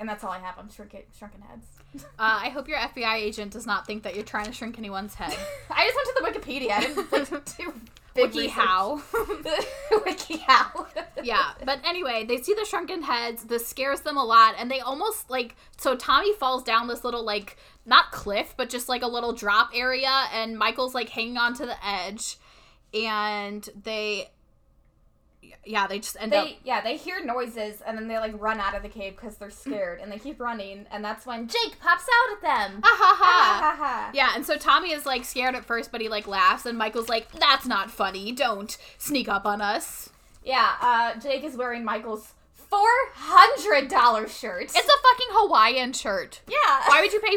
S2: And that's all I have on shrunken shrunken heads.
S1: Uh, I hope your FBI agent does not think that you're trying to shrink anyone's head.
S2: I just went to the Wikipedia. I didn't like, do big
S1: Wiki
S2: research.
S1: how.
S2: Wiki how.
S1: yeah but anyway they see the shrunken heads this scares them a lot and they almost like so tommy falls down this little like not cliff but just like a little drop area and michael's like hanging on to the edge and they yeah they just end up
S2: They yeah they hear noises and then they like run out of the cave because they're scared and they keep running and that's when Jake pops out at them.
S1: ah, ha,
S2: Ah,
S1: ha.
S2: ha, ha.
S1: yeah and so tommy is like scared at first but he like laughs and michael's like that's not funny don't sneak up on us
S2: Yeah, uh, Jake is wearing Michael's four hundred dollar shirt.
S1: it's a fucking hawaiian shirt
S2: yeah.
S1: why would you pay $400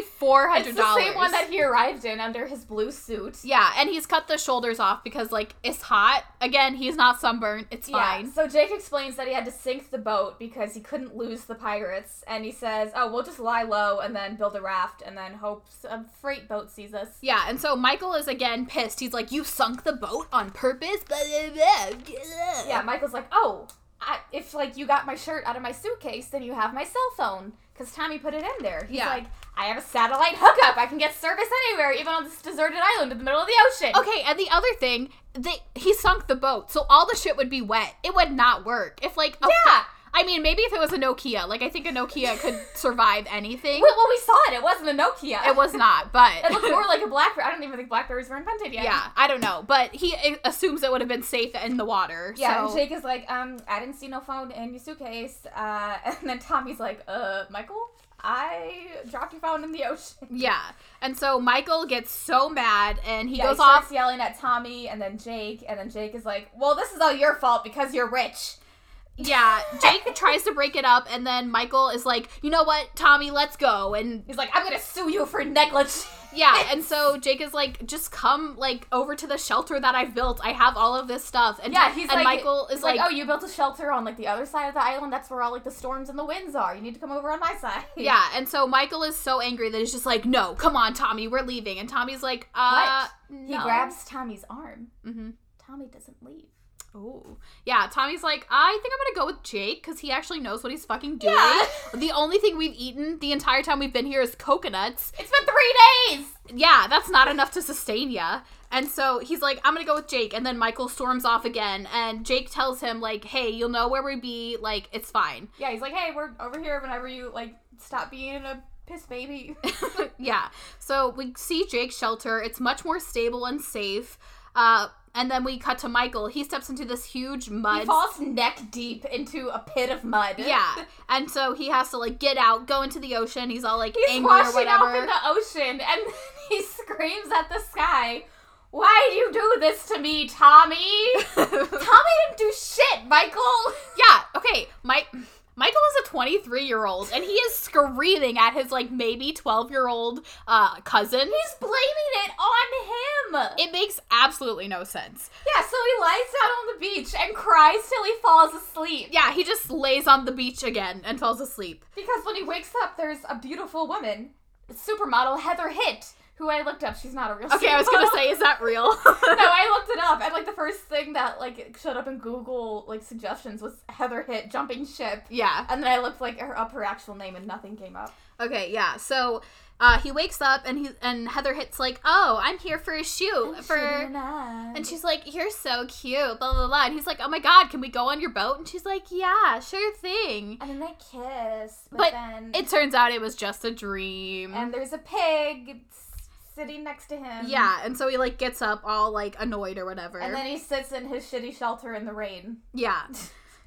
S2: It's the same one that he arrived in under his blue suit.
S1: Yeah, and he's cut the shoulders off because like it's hot. Again, he's not sunburned. It's fine.
S2: So Jake explains that he had to sink the boat because he couldn't lose the pirates, and he says, "Oh, we'll just lie low and then build a raft and then hope a freight boat sees us."
S1: Yeah, and so Michael is again pissed. He's like, "You sunk the boat on purpose." Blah, blah, blah, blah.
S2: Yeah, Michael's like, "Oh, I, if like you got my shirt out of my suitcase, then you have my cell phone because Tommy put it in there." He's
S1: Yeah.
S2: like, "I have a satellite hookup. I can get service anywhere, even on this deserted island in the middle of the ocean."
S1: Okay, and the other thing, they he sunk the boat, so all the shit would be wet. It would not work if like a
S2: Yeah.
S1: I mean, maybe if it was a Nokia, like I think a Nokia could survive anything.
S2: Well, well, we saw it. It wasn't a Nokia.
S1: it was not, but
S2: It looked more like a BlackBerry. I don't even think Blackberries were invented yet.
S1: yeah, I don't know, but he uh, assumes it would have been safe in the water.
S2: Yeah,
S1: so-
S2: and Jake is like, um, I didn't see no phone in your suitcase. Uh, and then Tommy's like, uh, Michael, I dropped your phone in the ocean.
S1: Yeah. And so Michael gets so mad and he
S2: yeah,
S1: goes
S2: he starts
S1: off.
S2: yelling at Tommy and then Jake, and then Jake is like, Well, this is all your fault because you're rich.
S1: Yeah. Jake tries to break it up and then Michael is like, "You know what, Tommy, let's go." And
S2: He's like, I'm gonna sue you for negligence.
S1: yeah, and so Jake is like, "Just come like over to the shelter that I've built. I have all of this stuff." And
S2: Yeah, he's
S1: and
S2: like,
S1: Michael is
S2: It's like,
S1: like,
S2: oh, you built a shelter on like the other side of the island. That's where all like the storms and the winds are. You need to come over on my side.
S1: yeah, and so Michael is so angry that he's just like, "No, come on, Tommy, we're leaving." And Tommy's like, "Uh,
S2: He grabs Tommy's arm.
S1: Mhm.
S2: Tommy doesn't leave.
S1: Oh, yeah. Tommy's like, I think I'm gonna go with Jake because he actually knows what he's fucking doing.
S2: Yeah.
S1: The only thing we've eaten the entire time we've been here is coconuts.
S2: It's been three days.
S1: Yeah, that's not enough to sustain ya. And so he's like, I'm gonna go with Jake. And then Michael storms off again. And Jake tells him, like, hey, you'll know where we be. Like, it's fine.
S2: Yeah, he's like, hey, we're over here whenever you like stop being a piss baby.
S1: yeah. So we see Jake's shelter. It's much more stable and safe. Uh, and then we cut to Michael. He steps into this huge mud.
S2: he falls neck deep into a pit of mud.
S1: Yeah, and so he has to like get out, go into the ocean. He's all like
S2: he's
S1: angry or
S2: washing
S1: whatever.
S2: off in the ocean, and then he screams at the sky. Why do you do this to me, Tommy? Tommy didn't do shit, Michael.
S1: yeah, okay, Mike. Michael is a 23 year old and he is screaming at his like maybe 12 year old uh, cousin.
S2: He's blaming it on him.
S1: It makes absolutely no sense.
S2: yeah, so he lies down on the beach and cries till he falls asleep.
S1: Yeah, he just lays on the beach again and falls asleep.
S2: Because when he wakes up, there's a beautiful woman, supermodel Heather Hitt, who I looked up. She's not a real.
S1: Okay, I was gonna
S2: supermodel.
S1: say, is that real?
S2: no, I looked it up, and like the first thing that like showed up in Google like suggestions was Heather Hit jumping ship,
S1: yeah.
S2: and then I looked like her up her actual name, and nothing came up.
S1: Okay, yeah. So uh, he wakes up and he and Heather hits like, "Oh, I'm here for a shoot for." And she's like, "You're so cute." Blah blah blah. And he's like, "Oh my god, can we go on your boat?" And she's like, "Yeah, sure thing."
S2: and then they kiss, but,
S1: But
S2: then
S1: It turns out it was just a dream.
S2: and there's a pig s- sitting next to him.
S1: yeah, and so he like gets up all like annoyed or whatever.
S2: and then he sits in his shitty shelter in the rain.
S1: yeah.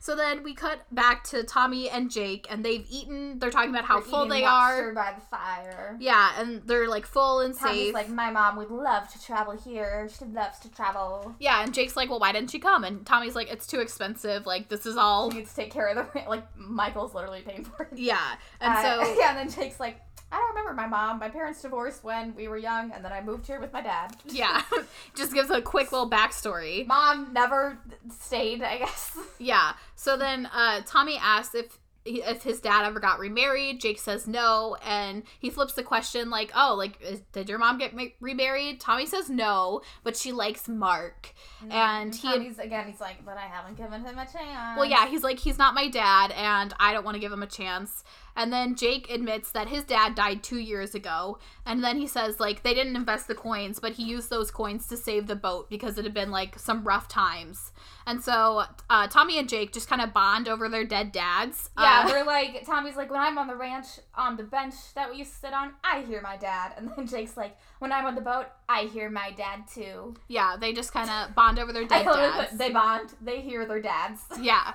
S1: So then we cut back to Tommy and Jake, and they've eaten. They're talking about how
S2: They're
S1: full
S2: eating
S1: they are.
S2: lobster by the fire.
S1: Yeah, and they're like full and
S2: Tommy's
S1: safe.
S2: like, my mom would love to travel here. She loves to travel.
S1: yeah, and Jake's like, "Well, why didn't she come?" And Tommy's like, "It's too expensive. Like this is all
S2: She needs to take care of the rain. Like Michael's literally paying for it.
S1: Yeah. And
S2: Uh,
S1: so
S2: yeah, and then Jake's like, I don't remember my mom. My parents divorced when we were young, and then I moved here with my dad.
S1: yeah, just gives a quick little backstory.
S2: Mom never stayed, I guess.
S1: Yeah. So then uh, Tommy asks if if his dad ever got remarried. Jake says no, and he flips the question like, "Oh, like is, did your mom get ma- remarried?" Tommy says no, but she likes Mark, and he.
S2: Tommy's again. He's like, but I haven't given him a chance.
S1: well, yeah, he's like, he's not my dad, and I don't want to give him a chance. And then Jake admits that his dad died two years ago. And then he says, like, they didn't invest the coins, but he used those coins to save the boat because it had been, like, some rough times. And so uh, Tommy and Jake just kind of bond over their dead dads.
S2: Yeah,
S1: Uh,
S2: we're like, Tommy's like, when I'm on the ranch, on the bench that we used to sit on, I hear my dad. And then Jake's like, when I'm on the boat, I hear my dad too.
S1: yeah, they just kind of bond over their
S2: I
S1: dead
S2: literally
S1: dads.
S2: put, they bond, they hear their dads.
S1: yeah.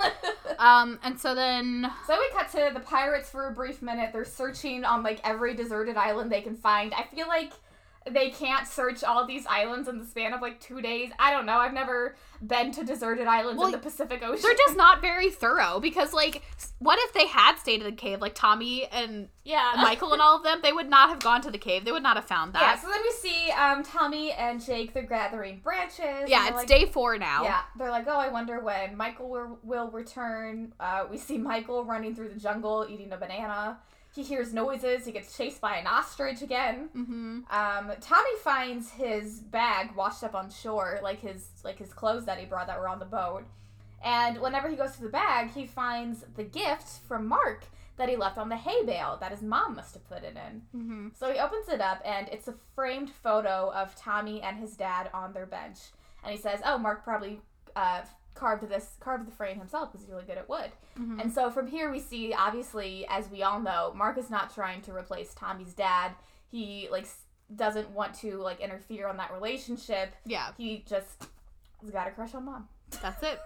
S1: Um, and so then,
S2: So we cut to the pirates for a brief minute. They're searching on like every deserted island they can find. I feel like they can't search all these islands in the span of like two days. I don't know. I've never been to deserted islands
S1: Well,
S2: in the Pacific Ocean.
S1: they're just not very thorough because, like, s- what if they had stayed in the cave, like Tommy and
S2: yeah.
S1: uh, Michael and all of them, they would not have gone to the cave. They would not have found
S2: yeah.
S1: that.
S2: So then we see um, Tommy and Jake. They're gathering branches. and
S1: yeah,
S2: they're
S1: it's
S2: like,
S1: day four now.
S2: Yeah, they're like, oh, I wonder when Michael will, will return. Uh, we see Michael running through the jungle, eating a banana. He hears noises. He gets chased by an ostrich again.
S1: hmm
S2: Um, Tommy finds his bag washed up on shore, like his like his clothes that he brought that were on the boat. And whenever he goes to the bag, he finds the gift from Mark that he left on the hay bale that his mom must have put it in.
S1: hmm
S2: So he opens it up, and it's a framed photo of Tommy and his dad on their bench. And he says, "Oh, Mark probably uh, carved this, carved the frame himself because he's really good at wood."
S1: Mhm.
S2: And so from here we see, obviously, as we all know, Mark is not trying to replace Tommy's dad. He like s- doesn't want to like interfere on that relationship.
S1: Yeah,
S2: He just has got a crush on mom.
S1: that's it.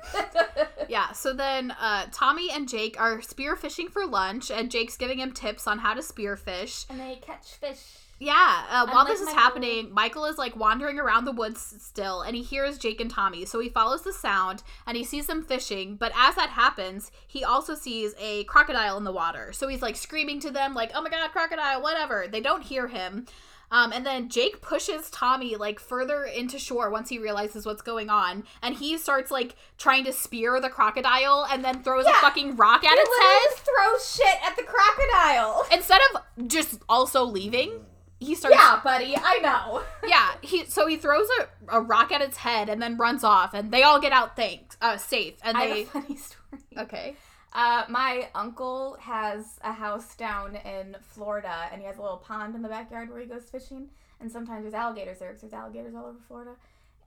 S1: yeah, so then uh, Tommy and Jake are spearfishing for lunch, and Jake's giving him tips on how to spearfish.
S2: and they catch fish.
S1: Yeah, uh, while
S2: Unlike
S1: this is
S2: Michael.
S1: happening, Michael is like wandering around the woods still, and he hears Jake and Tommy. So he follows the sound and he sees them fishing. But as that happens, he also sees a crocodile in the water. So he's like screaming to them, like, oh my god, crocodile, whatever. They don't hear him. Um, and then Jake pushes Tommy like further into shore once he realizes what's going on, and he starts like trying to spear the crocodile, and then throws a
S2: Yeah.
S1: fucking rock at
S2: He
S1: its head
S2: literally just throws shit at the crocodile.
S1: instead of just also leaving. He starts
S2: Yeah, buddy, I know.
S1: yeah he so he throws a, a rock at its head and then runs off and they all get out thanks uh safe and
S2: I have a
S1: they
S2: funny story.
S1: okay
S2: Uh, my uncle has a house down in Florida, and he has a little pond in the backyard where he goes fishing. And sometimes there's alligators there because there's alligators all over Florida.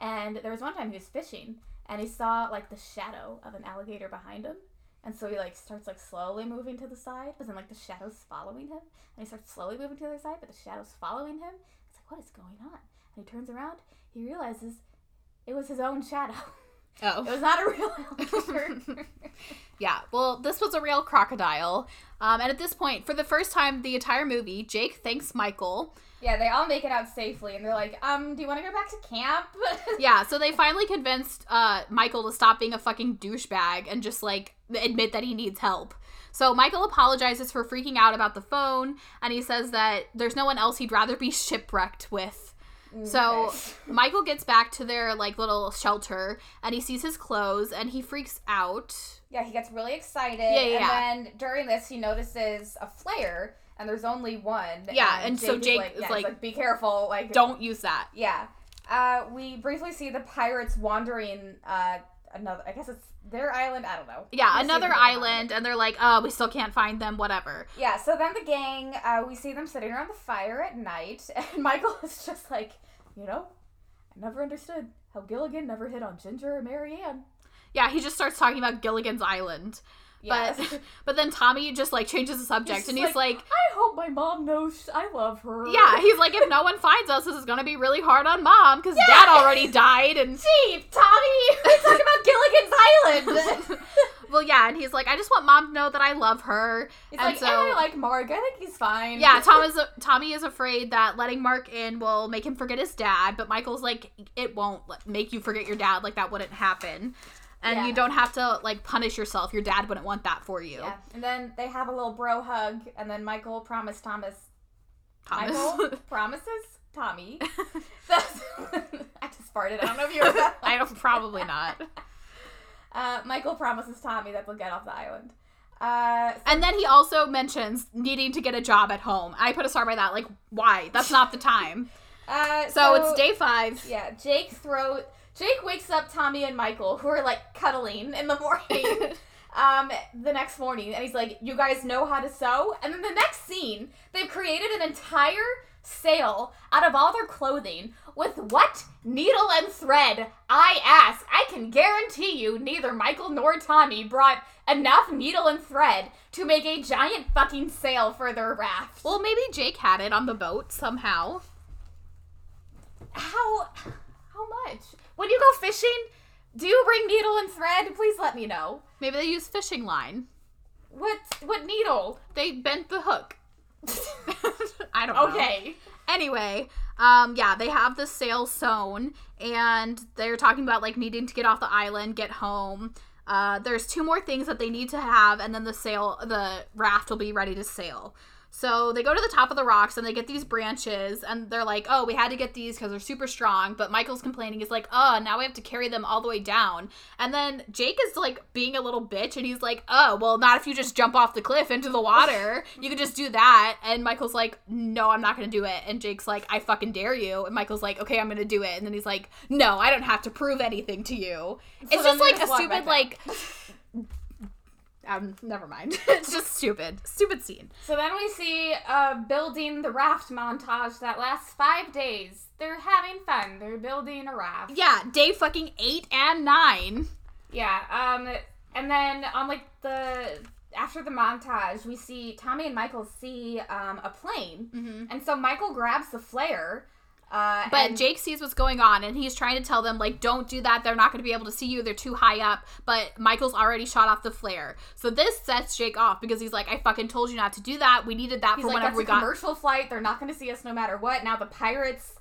S2: And there was one time he was fishing, and he saw like the shadow of an alligator behind him. And so he like starts like slowly moving to the side, but then like the shadow's following him. And he starts slowly moving to the other side, but the shadow's following him. It's like, what is going on? And he turns around, he realizes it was his own shadow.
S1: Oh.
S2: It was not a real alligator.
S1: Yeah, well, this was a real crocodile. Um, and at this point, for the first time the entire movie, Jake thanks Michael.
S2: yeah, they all make it out safely, and they're like, um, do you want to go back to camp?
S1: Yeah, so they finally convinced uh, Michael to stop being a fucking douchebag and just like admit that he needs help. So Michael apologizes for freaking out about the phone, and he says that there's no one else he'd rather be shipwrecked with. So
S2: Nice.
S1: Michael gets back to their like little shelter, and he sees his clothes, and he freaks out.
S2: yeah, he gets really excited.
S1: Yeah, yeah,
S2: And
S1: yeah.
S2: then during this, he notices a flare, and there's only one.
S1: Yeah, and so Jake is
S2: yeah, he's
S1: like,
S2: be careful, like,
S1: Don't use that.
S2: Yeah. Uh, we briefly see the pirates wandering uh, another. I guess it's their island. I don't know.
S1: Yeah,
S2: We see
S1: another
S2: them
S1: island, and they're like, "Oh, we still can't find them. Whatever."
S2: Yeah. So then the gang. Uh, we see them sitting around the fire at night, and Michael is just like, you know, I never understood how Gilligan never hit on Ginger or Marianne.
S1: Yeah, he just starts talking about Gilligan's Island.
S2: Yes.
S1: But but then Tommy just like changes the subject
S2: He's
S1: and
S2: just
S1: he's like,
S2: I hope my mom knows I love her.
S1: Yeah, he's like, if no one finds us, this is gonna be really hard on mom because dad already died and
S2: Gee, Tommy, we talk about Gilligan's Island.
S1: well yeah, and he's like, I just want mom to know that I love her. and
S2: It's like,
S1: so
S2: and I like Marg. I think he's fine.
S1: yeah, Tom is, Tommy is afraid that letting Mark in will make him forget his dad, but Michael's like, it won't like, make you forget your dad. Like, that wouldn't happen. And
S2: Yeah.
S1: you don't have to, like, punish yourself. Your dad wouldn't want that for you.
S2: Yeah. And then they have a little bro hug, and then Michael promised Thomas.
S1: Thomas.
S2: Michael promises Tommy. That's, I just farted. I don't know if you remember.
S1: I don't, probably not.
S2: Uh, Michael promises Tommy that they'll get off the island. Uh,
S1: And then he also mentions needing to get a job at home. I put a star by that. Like, why? That's not the time.
S2: uh,
S1: So, it's day five.
S2: Yeah, Jake throw. Jake wakes up Tommy and Michael, who are like cuddling in the morning. um, the next morning, and he's like, "You guys know how to sew." And then the next scene, they've created an entire sale out of all their clothing with what needle and thread? I ask. I can guarantee you, neither Michael nor Tommy brought enough needle and thread to make a giant fucking sale for their raft.
S1: Well, maybe Jake had it on the boat somehow.
S2: How how much? When you go fishing, do you bring needle and thread? Please let me know.
S1: Maybe they used fishing line.
S2: What what needle?
S1: They bent the hook. I don't know.
S2: Okay.
S1: Anyway, um, yeah, they have the sail sewn, and they're talking about like needing to get off the island, get home. Uh, there's two more things that they need to have, and then the sail, the raft will be ready to sail. So they go to the top of the rocks and they get these branches, and they're like, "Oh, we had to get these because they're super strong." But Michael's complaining, he's like, "Oh, now we have to carry them all the way down." And then Jake is like being a little bitch, and he's like, "Oh, well, not if you just jump off the cliff into the water. You could just do that." And Michael's like, "No, I'm not gonna do it." And Jake's like, "I fucking dare you." And Michael's like, "Okay, I'm gonna do it." And then he's like, "No, I don't have to prove anything to you." it's
S2: then
S1: just
S2: they
S1: like
S2: just
S1: a
S2: walk
S1: stupid
S2: back
S1: like. Um, never mind. it's just stupid, stupid scene.
S2: So then we see uh, building the raft montage that lasts five days. They're having fun. They're building a raft.
S1: Yeah, day fucking eight and nine.
S2: Yeah. Um. And then on like the after the montage, we see Tommy and Michael see um, a plane,
S1: Mm-hmm.
S2: and so Michael grabs the flare. Uh,
S1: But
S2: and-
S1: Jake sees what's going on and he's trying to tell them, like, don't do that. They're not going to be able to see you. They're too high up. But Michael's already shot off the flare. So this sets Jake off because he's like, I fucking told you not to do that. We needed that
S2: He's
S1: for
S2: like,
S1: whenever
S2: that's
S1: we
S2: a
S1: got.
S2: commercial flight. They're not going to see us no matter what. Now the pirates,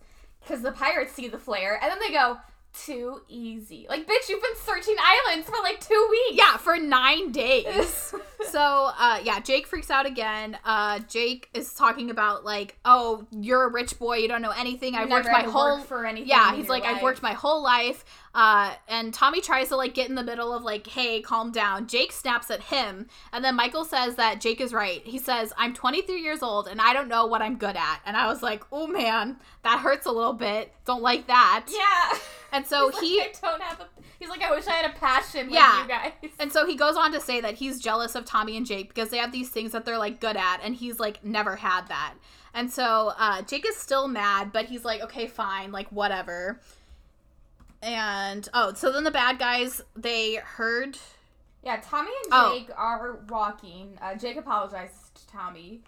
S2: because the pirates see the flare, and then they go too easy. Like, bitch, you've been searching islands for like two weeks.
S1: yeah, for nine days. so, uh, yeah, Jake freaks out again. Uh, Jake is talking about, like, oh, you're a rich boy. You don't know anything. I've
S2: Never
S1: worked
S2: had
S1: my
S2: to
S1: whole
S2: work for anything.
S1: yeah
S2: in
S1: he's
S2: your
S1: like i've
S2: life."
S1: worked my whole life uh, and tommy tries to like get in the middle of like hey calm down jake snaps at him and then michael says that jake is right he says i'm 23 years old and i don't know what i'm good at and i was like oh man that hurts a little bit don't like that
S2: Yeah.
S1: and so
S2: He's like,
S1: he
S2: I don't have a. He's like, I wish I had a passion. Like
S1: Yeah.
S2: You guys.
S1: and so he goes on to say that he's jealous of Tommy and Jake because they have these things that they're like good at, and he's like never had that. And so uh, Jake is still mad, but he's like, okay, fine, like whatever. And oh, so then the bad guys they heard
S2: Yeah, Tommy and
S1: Oh.
S2: Jake are walking. Uh, Jake apologizes to Tommy.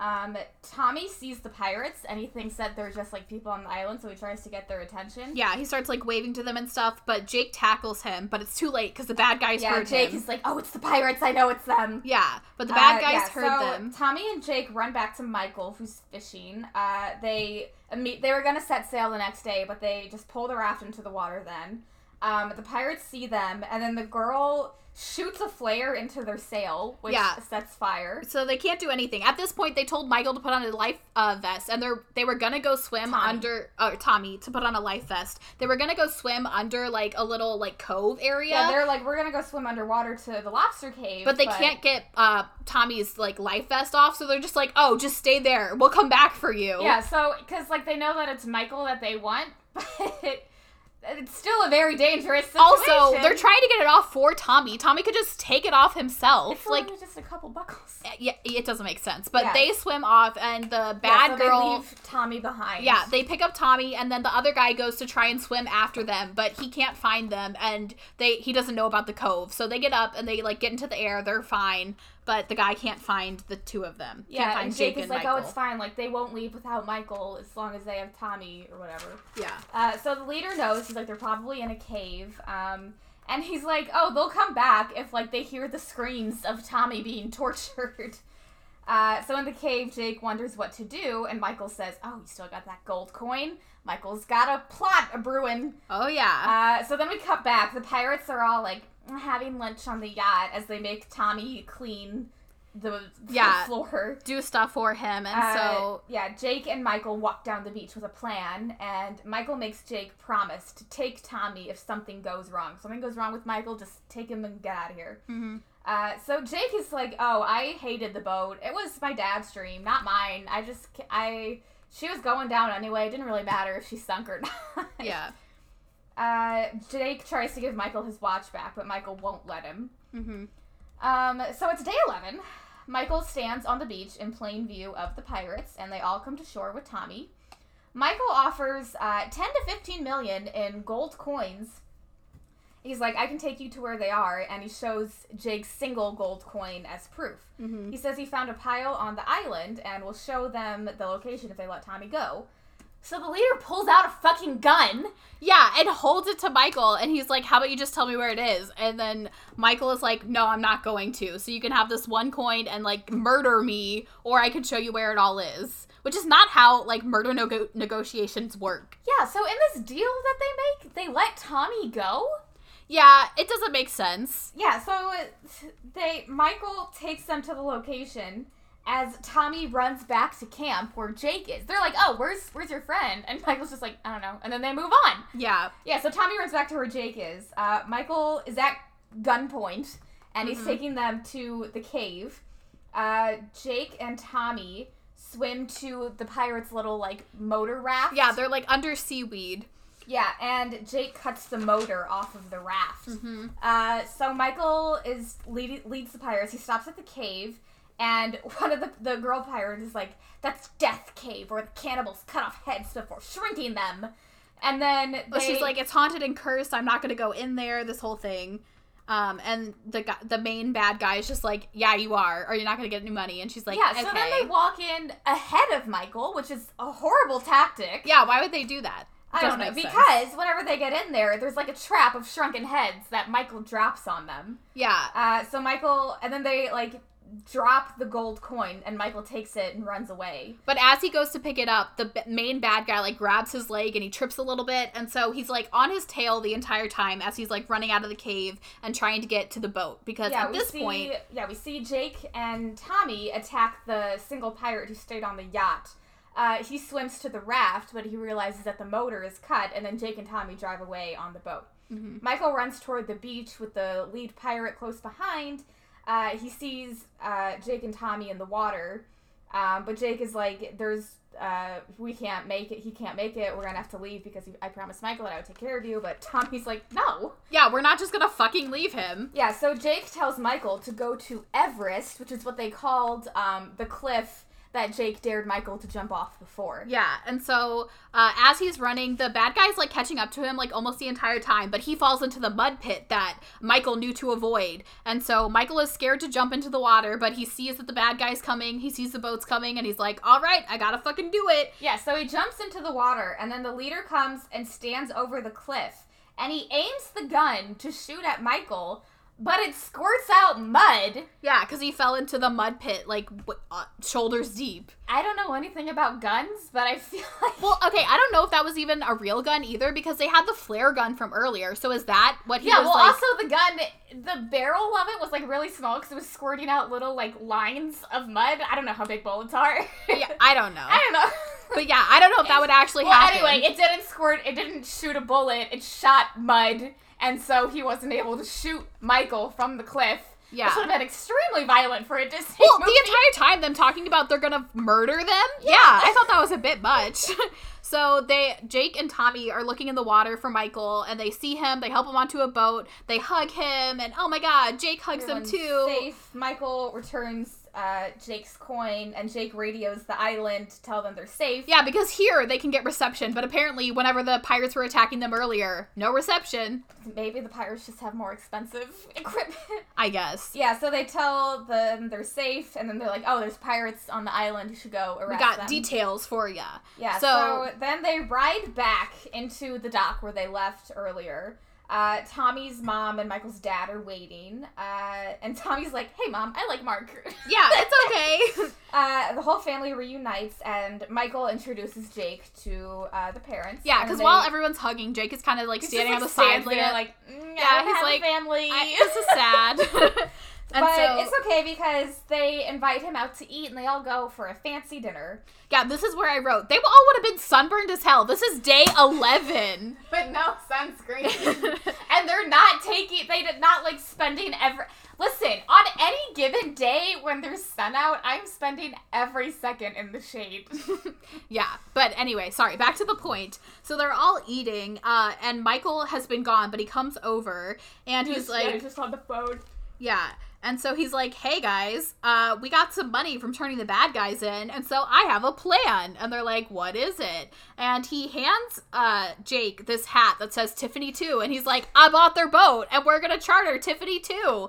S2: Um, Tommy sees the pirates and he thinks that they're just like people on the island, so he tries to get their attention.
S1: Yeah, he starts like waving to them and stuff, but Jake tackles him, but it's too late because the bad guys
S2: Yeah,
S1: heard
S2: Jake
S1: him.
S2: is like, oh, it's the pirates. I know it's them.
S1: Yeah, but the bad
S2: Uh,
S1: guys
S2: yeah,
S1: heard
S2: so
S1: them.
S2: Tommy and Jake run back to Michael, who's fishing. Uh, they imme- they were gonna set sail the next day, but they just pull the raft into the water. Then um, the pirates see them, and then the girl shoots a flare into their sail, which
S1: Yeah.
S2: sets fire.
S1: So they can't do anything. At this point, they told Michael to put on a life uh, vest, and they're they were gonna go swim
S2: Tommy.
S1: under uh, Tommy to put on a life vest. They were gonna go swim under like a little like cove area.
S2: Yeah, they're like, we're gonna go swim underwater to the lobster cave,
S1: but they can't get uh, Tommy's like life vest off, so they're just like, "Oh, just stay there. We'll come back for you."
S2: Yeah, so because like they know that it's Michael that they want, but it's still a very dangerous situation.
S1: Also, they're trying to get it off for Tommy. Tommy could just take it off himself.
S2: It's
S1: like,
S2: like just a couple buckles.
S1: yeah, it doesn't make sense. But
S2: Yeah.
S1: they swim off, and the
S2: Yeah,
S1: bad
S2: so They
S1: girl.
S2: leave Tommy behind.
S1: Yeah, they pick up Tommy, and then the other guy goes to try and swim after them, but he can't find them, and they he doesn't know about the cove. So they get up and they like get into the air. They're fine, but the guy can't find the two of them. can't
S2: yeah.
S1: find
S2: And Jake, is like,
S1: Michael.
S2: oh, it's fine. Like they won't leave without Michael as long as they have Tommy or whatever.
S1: Yeah,
S2: Uh, so the leader knows. He's like, they're probably in a cave. Um, and he's like, oh, they'll come back if like they hear the screams of Tommy being tortured. Uh, so in the cave, Jake wonders what to do, and Michael says, "Oh, you still got that gold coin? Michael's got a plot a brewing."
S1: oh yeah,
S2: Uh, so then we cut back. The pirates are all like having lunch on the yacht as they make Tommy clean the, the
S1: Yeah.
S2: floor.
S1: do stuff for him, and
S2: Uh,
S1: so
S2: yeah, Jake and Michael walk down the beach with a plan, and Michael makes Jake promise to take Tommy if something goes wrong. If something goes wrong with Michael, just take him and get out of here.
S1: Mhm.
S2: Uh, so Jake is like, "Oh, I hated the boat. It was my dad's dream, not mine. I just, ca- I, she was going down anyway. It didn't really matter if she sunk or not."
S1: yeah,
S2: Uh, Jake tries to give Michael his watch back, but Michael won't let him.
S1: hmm
S2: Um, so it's day 11. Michael stands on the beach in plain view of the pirates, and they all come to shore with Tommy. Michael offers uh, 10 to 15 million in gold coins. He's like, I can take you to where they are, and he shows Jake's single gold coin as proof.
S1: hmm
S2: He says he found a pile on the island and will show them the location if they let Tommy go. So the leader pulls out a fucking gun.
S1: yeah, and holds it to Michael, and he's like, "How about you just tell me where it is?" And then Michael is like, "No, I'm not going to. So you can have this one coin and like murder me, or I could show you where it all is." Which is not how like murder nego- negotiations work.
S2: Yeah, so in this deal that they make, they let Tommy go?
S1: Yeah, it doesn't make sense.
S2: Yeah, so uh, they Michael takes them to the location as Tommy runs back to camp where Jake is. They're like, "Oh, where's where's your friend?" And Michael's just like, "I don't know." And then they move on.
S1: Yeah,
S2: Yeah, so Tommy runs back to where Jake is. Uh, Michael is at gunpoint, and he's
S1: Mhm.
S2: taking them to the cave. Uh, Jake and Tommy swim to the pirates' little like motor raft.
S1: yeah, they're like under seaweed.
S2: Yeah, and Jake cuts the motor off of the raft.
S1: Mm-hmm.
S2: Uh, so Michael is lead- leads the pirates. He stops at the cave, and one of the the girl pirates is like, "That's Death Cave, where the cannibals cut off heads before shrinking them." And then they,
S1: But she's like, it's haunted and cursed. I'm not gonna go in there. This whole thing. Um, and the guy, the main bad guy is just like, yeah, you are, or you're not gonna get any money. And she's like,
S2: "Yeah."
S1: okay.
S2: So then they walk in ahead of Michael, which is a horrible tactic.
S1: yeah, why would they do that?
S2: I don't
S1: Doesn't
S2: know
S1: make sense.
S2: because whenever they get in there, there's like a trap of shrunken heads that Michael drops on them.
S1: Yeah,
S2: Uh, so Michael, and then they like drop the gold coin, and Michael takes it and runs away.
S1: but as he goes to pick it up, the b- main bad guy like grabs his leg and he trips a little bit, and so he's like on his tail the entire time as he's like running out of the cave and trying to get to the boat because at
S2: we
S1: this
S2: see,
S1: point,
S2: yeah, we see Jake and Tommy attack the single pirate who stayed on the yacht. Uh, he swims to the raft, but he realizes that the motor is cut, and then Jake and Tommy drive away on the boat.
S1: Mhm.
S2: Michael runs toward the beach with the lead pirate close behind. Uh, he sees uh, Jake and Tommy in the water, um, but Jake is like, "There's, uh, we can't make it. He can't make it. We're gonna have to leave because he, I promised Michael that I would take care of you." But Tommy's like, "No."
S1: yeah, we're not just gonna fucking leave him.
S2: Yeah, so Jake tells Michael to go to Everest, which is what they called um, the cliff that Jake dared Michael to jump off before.
S1: Yeah, and so uh, as he's running, the bad guy's like catching up to him like almost the entire time, but he falls into the mud pit that Michael knew to avoid. And so Michael is scared to jump into the water, but he sees that the bad guy's coming, he sees the boats coming, and he's like, all right, I gotta fucking do it.
S2: Yeah, so he jumps into the water, and then the leader comes and stands over the cliff, and he aims the gun to shoot at Michael, but it squirts out mud.
S1: Yeah, because he fell into the mud pit like w- uh, shoulders deep.
S2: I don't know anything about guns, but I feel like
S1: Well, okay, I don't know if that was even a real gun either because they had the flare gun from earlier. So is that what he
S2: yeah.
S1: was
S2: Well,
S1: like?
S2: also the gun, the barrel of it was like really small because it was squirting out little like lines of mud. I don't know how big bullets are.
S1: yeah, I don't know.
S2: I don't know.
S1: But yeah, I don't know if that would actually
S2: well,
S1: happen.
S2: anyway, it didn't squirt. It didn't shoot a bullet. It shot mud, and so he wasn't able to shoot Michael from the cliff.
S1: Yeah.
S2: This would have been extremely violent for a Disney
S1: well,
S2: movie.
S1: the entire time them talking about they're gonna murder them. Yeah, I thought that was a bit much. so they, Jake and Tommy are looking in the water for Michael, and they see him. They help him onto a boat. They hug him, and oh my god, Jake hugs
S2: Everyone's
S1: him too.
S2: Safe. Michael returns uh, Jake's coin, and Jake radios the island to tell them they're safe.
S1: Yeah, because here they can get reception, but apparently, whenever the pirates were attacking them earlier, no reception.
S2: Maybe the pirates just have more expensive equipment.
S1: I guess.
S2: yeah, so they tell them they're safe, and then they're like, "Oh, there's pirates on the island. You should go arrest
S1: We got
S2: them."
S1: details for ya.
S2: Yeah.
S1: So-
S2: So, then they ride back into the dock where they left earlier. Uh, Tommy's mom and Michael's dad are waiting, uh, and Tommy's like, "Hey, mom, I like Mark."
S1: Yeah, it's okay.
S2: Uh, the whole family reunites, and Michael introduces Jake to uh, the parents.
S1: yeah,
S2: and
S1: because
S2: they-
S1: while everyone's hugging, Jake is kind of like
S2: He's just,
S1: standing on the
S2: like,
S1: side,
S2: stands
S1: like,
S2: there,
S1: like
S2: like, mm,
S1: Yeah,
S2: I don't
S1: he's
S2: have a
S1: like,
S2: family.
S1: I, this is sad. and
S2: but
S1: so,
S2: it's okay because they invite him out to eat, and they all go for a fancy dinner.
S1: yeah, this is where I wrote. They all would have been sunburned as hell. This is day eleven.
S2: But no sunscreen, and they're not taking. They did not like spending every. Listen, on any given day when there's sun out, I'm spending every second in the shade.
S1: Yeah, but anyway, sorry, back to the point. So they're all eating, uh, and Michael has been gone, but he comes over and he's,
S2: Just- yeah,
S1: like,
S2: just on the phone.
S1: yeah. And so he's like, hey guys, uh, we got some money from turning the bad guys in, and so I have a plan. And they're like, what is it? And he hands uh, Jake this hat that says Tiffany 2, and he's like, I bought their boat, and we're gonna charter Tiffany 2.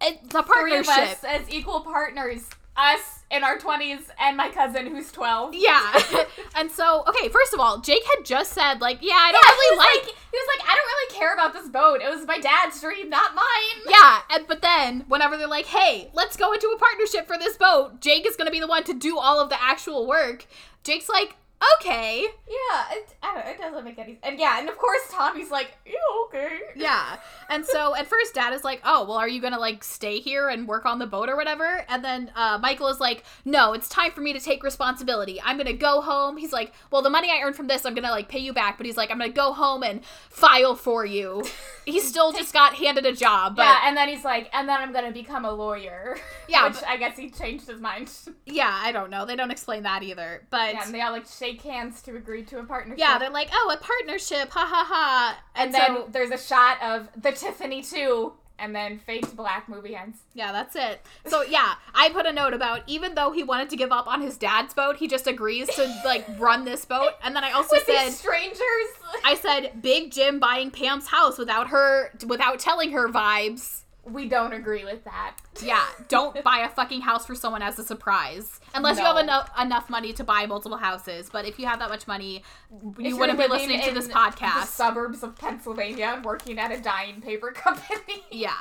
S1: It's a
S2: three of
S1: partnership.
S2: us as equal partners. Us in our 20s and my cousin who's 12.
S1: Yeah. and so, okay, first of all, Jake had just said, like, yeah, I don't
S2: Yeah,
S1: really
S2: he was
S1: like
S2: like, he was like, I don't really care about this boat. It was my dad's dream, not mine.
S1: Yeah, and, but then whenever they're like, "Hey, let's go into a partnership for this boat," Jake is gonna be the one to do all of the actual work. Jake's like, "Okay,
S2: Yeah, it, I don't know, it doesn't make any And yeah, and of course Tommy's like, yeah, okay.
S1: yeah." And so at first, Dad is like, "Oh, well, are you gonna like stay here and work on the boat or whatever?" And then uh, Michael is like, "No, it's time for me to take responsibility. I'm gonna go home." He's like, "Well, the money I earned from this, I'm gonna like pay you back," but he's like, "I'm gonna go home and file for you." he still just got handed a job, but
S2: yeah, and then he's like, and then I'm gonna become a lawyer.
S1: Yeah,
S2: Which
S1: but-
S2: I guess he changed his mind.
S1: yeah, I don't know. They don't explain that either, but.
S2: Yeah, and they all like shake hands to agree to a partnership.
S1: Yeah, they're like, oh, a partnership, ha ha ha. And,
S2: and then
S1: so,
S2: there's a shot of the Tiffany 2, and then Fade to Black movie ends.
S1: yeah, that's it. So, yeah, I put a note about even though he wanted to give up on his dad's boat, he just agrees to, like, run this boat. And then I also
S2: With
S1: said,
S2: these strangers.
S1: I said, Big Jim buying Pam's house without her, without telling her vibes.
S2: We don't agree with that.
S1: Yeah, don't buy a fucking house for someone as a surprise. Unless you
S2: No.
S1: have enough enough money to buy multiple houses. But if you have that much money,
S2: If
S1: you
S2: you're
S1: wouldn't be
S2: living
S1: listening to
S2: in
S1: this
S2: The
S1: podcast.
S2: suburbs of Pennsylvania and working at a dying paper company.
S1: Yeah.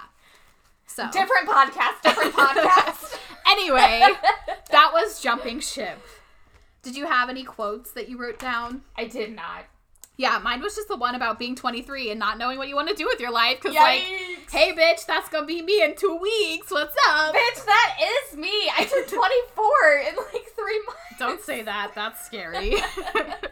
S1: So
S2: Different podcast, different podcast.
S1: Anyway, that was jumping ship. Did you have any quotes that you wrote down?
S2: I did not.
S1: Yeah, mine was just the one about being 23 and not knowing what you want to do with your life. Cause like,
S2: Yikes.
S1: hey bitch, that's gonna be me in two weeks. What's up?
S2: Bitch, that is me. I turned 24 in like three months.
S1: Don't say that. That's scary.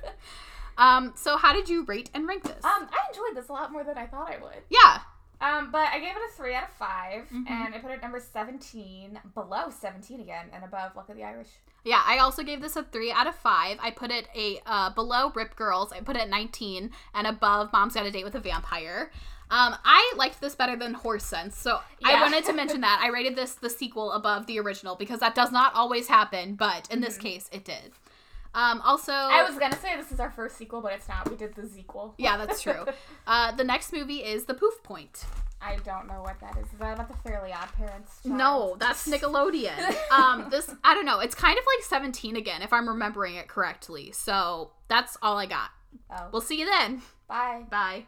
S1: um. So how did you rate and rank this?
S2: Um, I enjoyed this a lot more than I thought I would. Mm-hmm.
S1: yeah.
S2: Um, but I gave it a three out of 5 and I put it number 17, below 17 again, and above Luck of the Irish.
S1: Yeah, I also gave this a three out of five. I put it a uh, below Rip Girls. I put it at nineteen and above Mom's Got a Date with a Vampire. Um, I liked this better than Horse Sense, so I
S2: Yeah.
S1: wanted to mention that. I rated this the sequel above the original because that does not always happen, but in this case, it did. Um, also,
S2: Mm-hmm. I was gonna say this is our first sequel, but it's not. We did the sequel.
S1: yeah, that's true. Uh, the next movie is The Poof Point.
S2: I don't know what that is. Is that about the Fairly Odd Parents? child?
S1: No, that's Nickelodeon. um, this I don't know. It's kind of like Seventeen again, if I'm remembering it correctly. So that's all I got.
S2: Oh,
S1: We'll see you then.
S2: bye.
S1: Bye.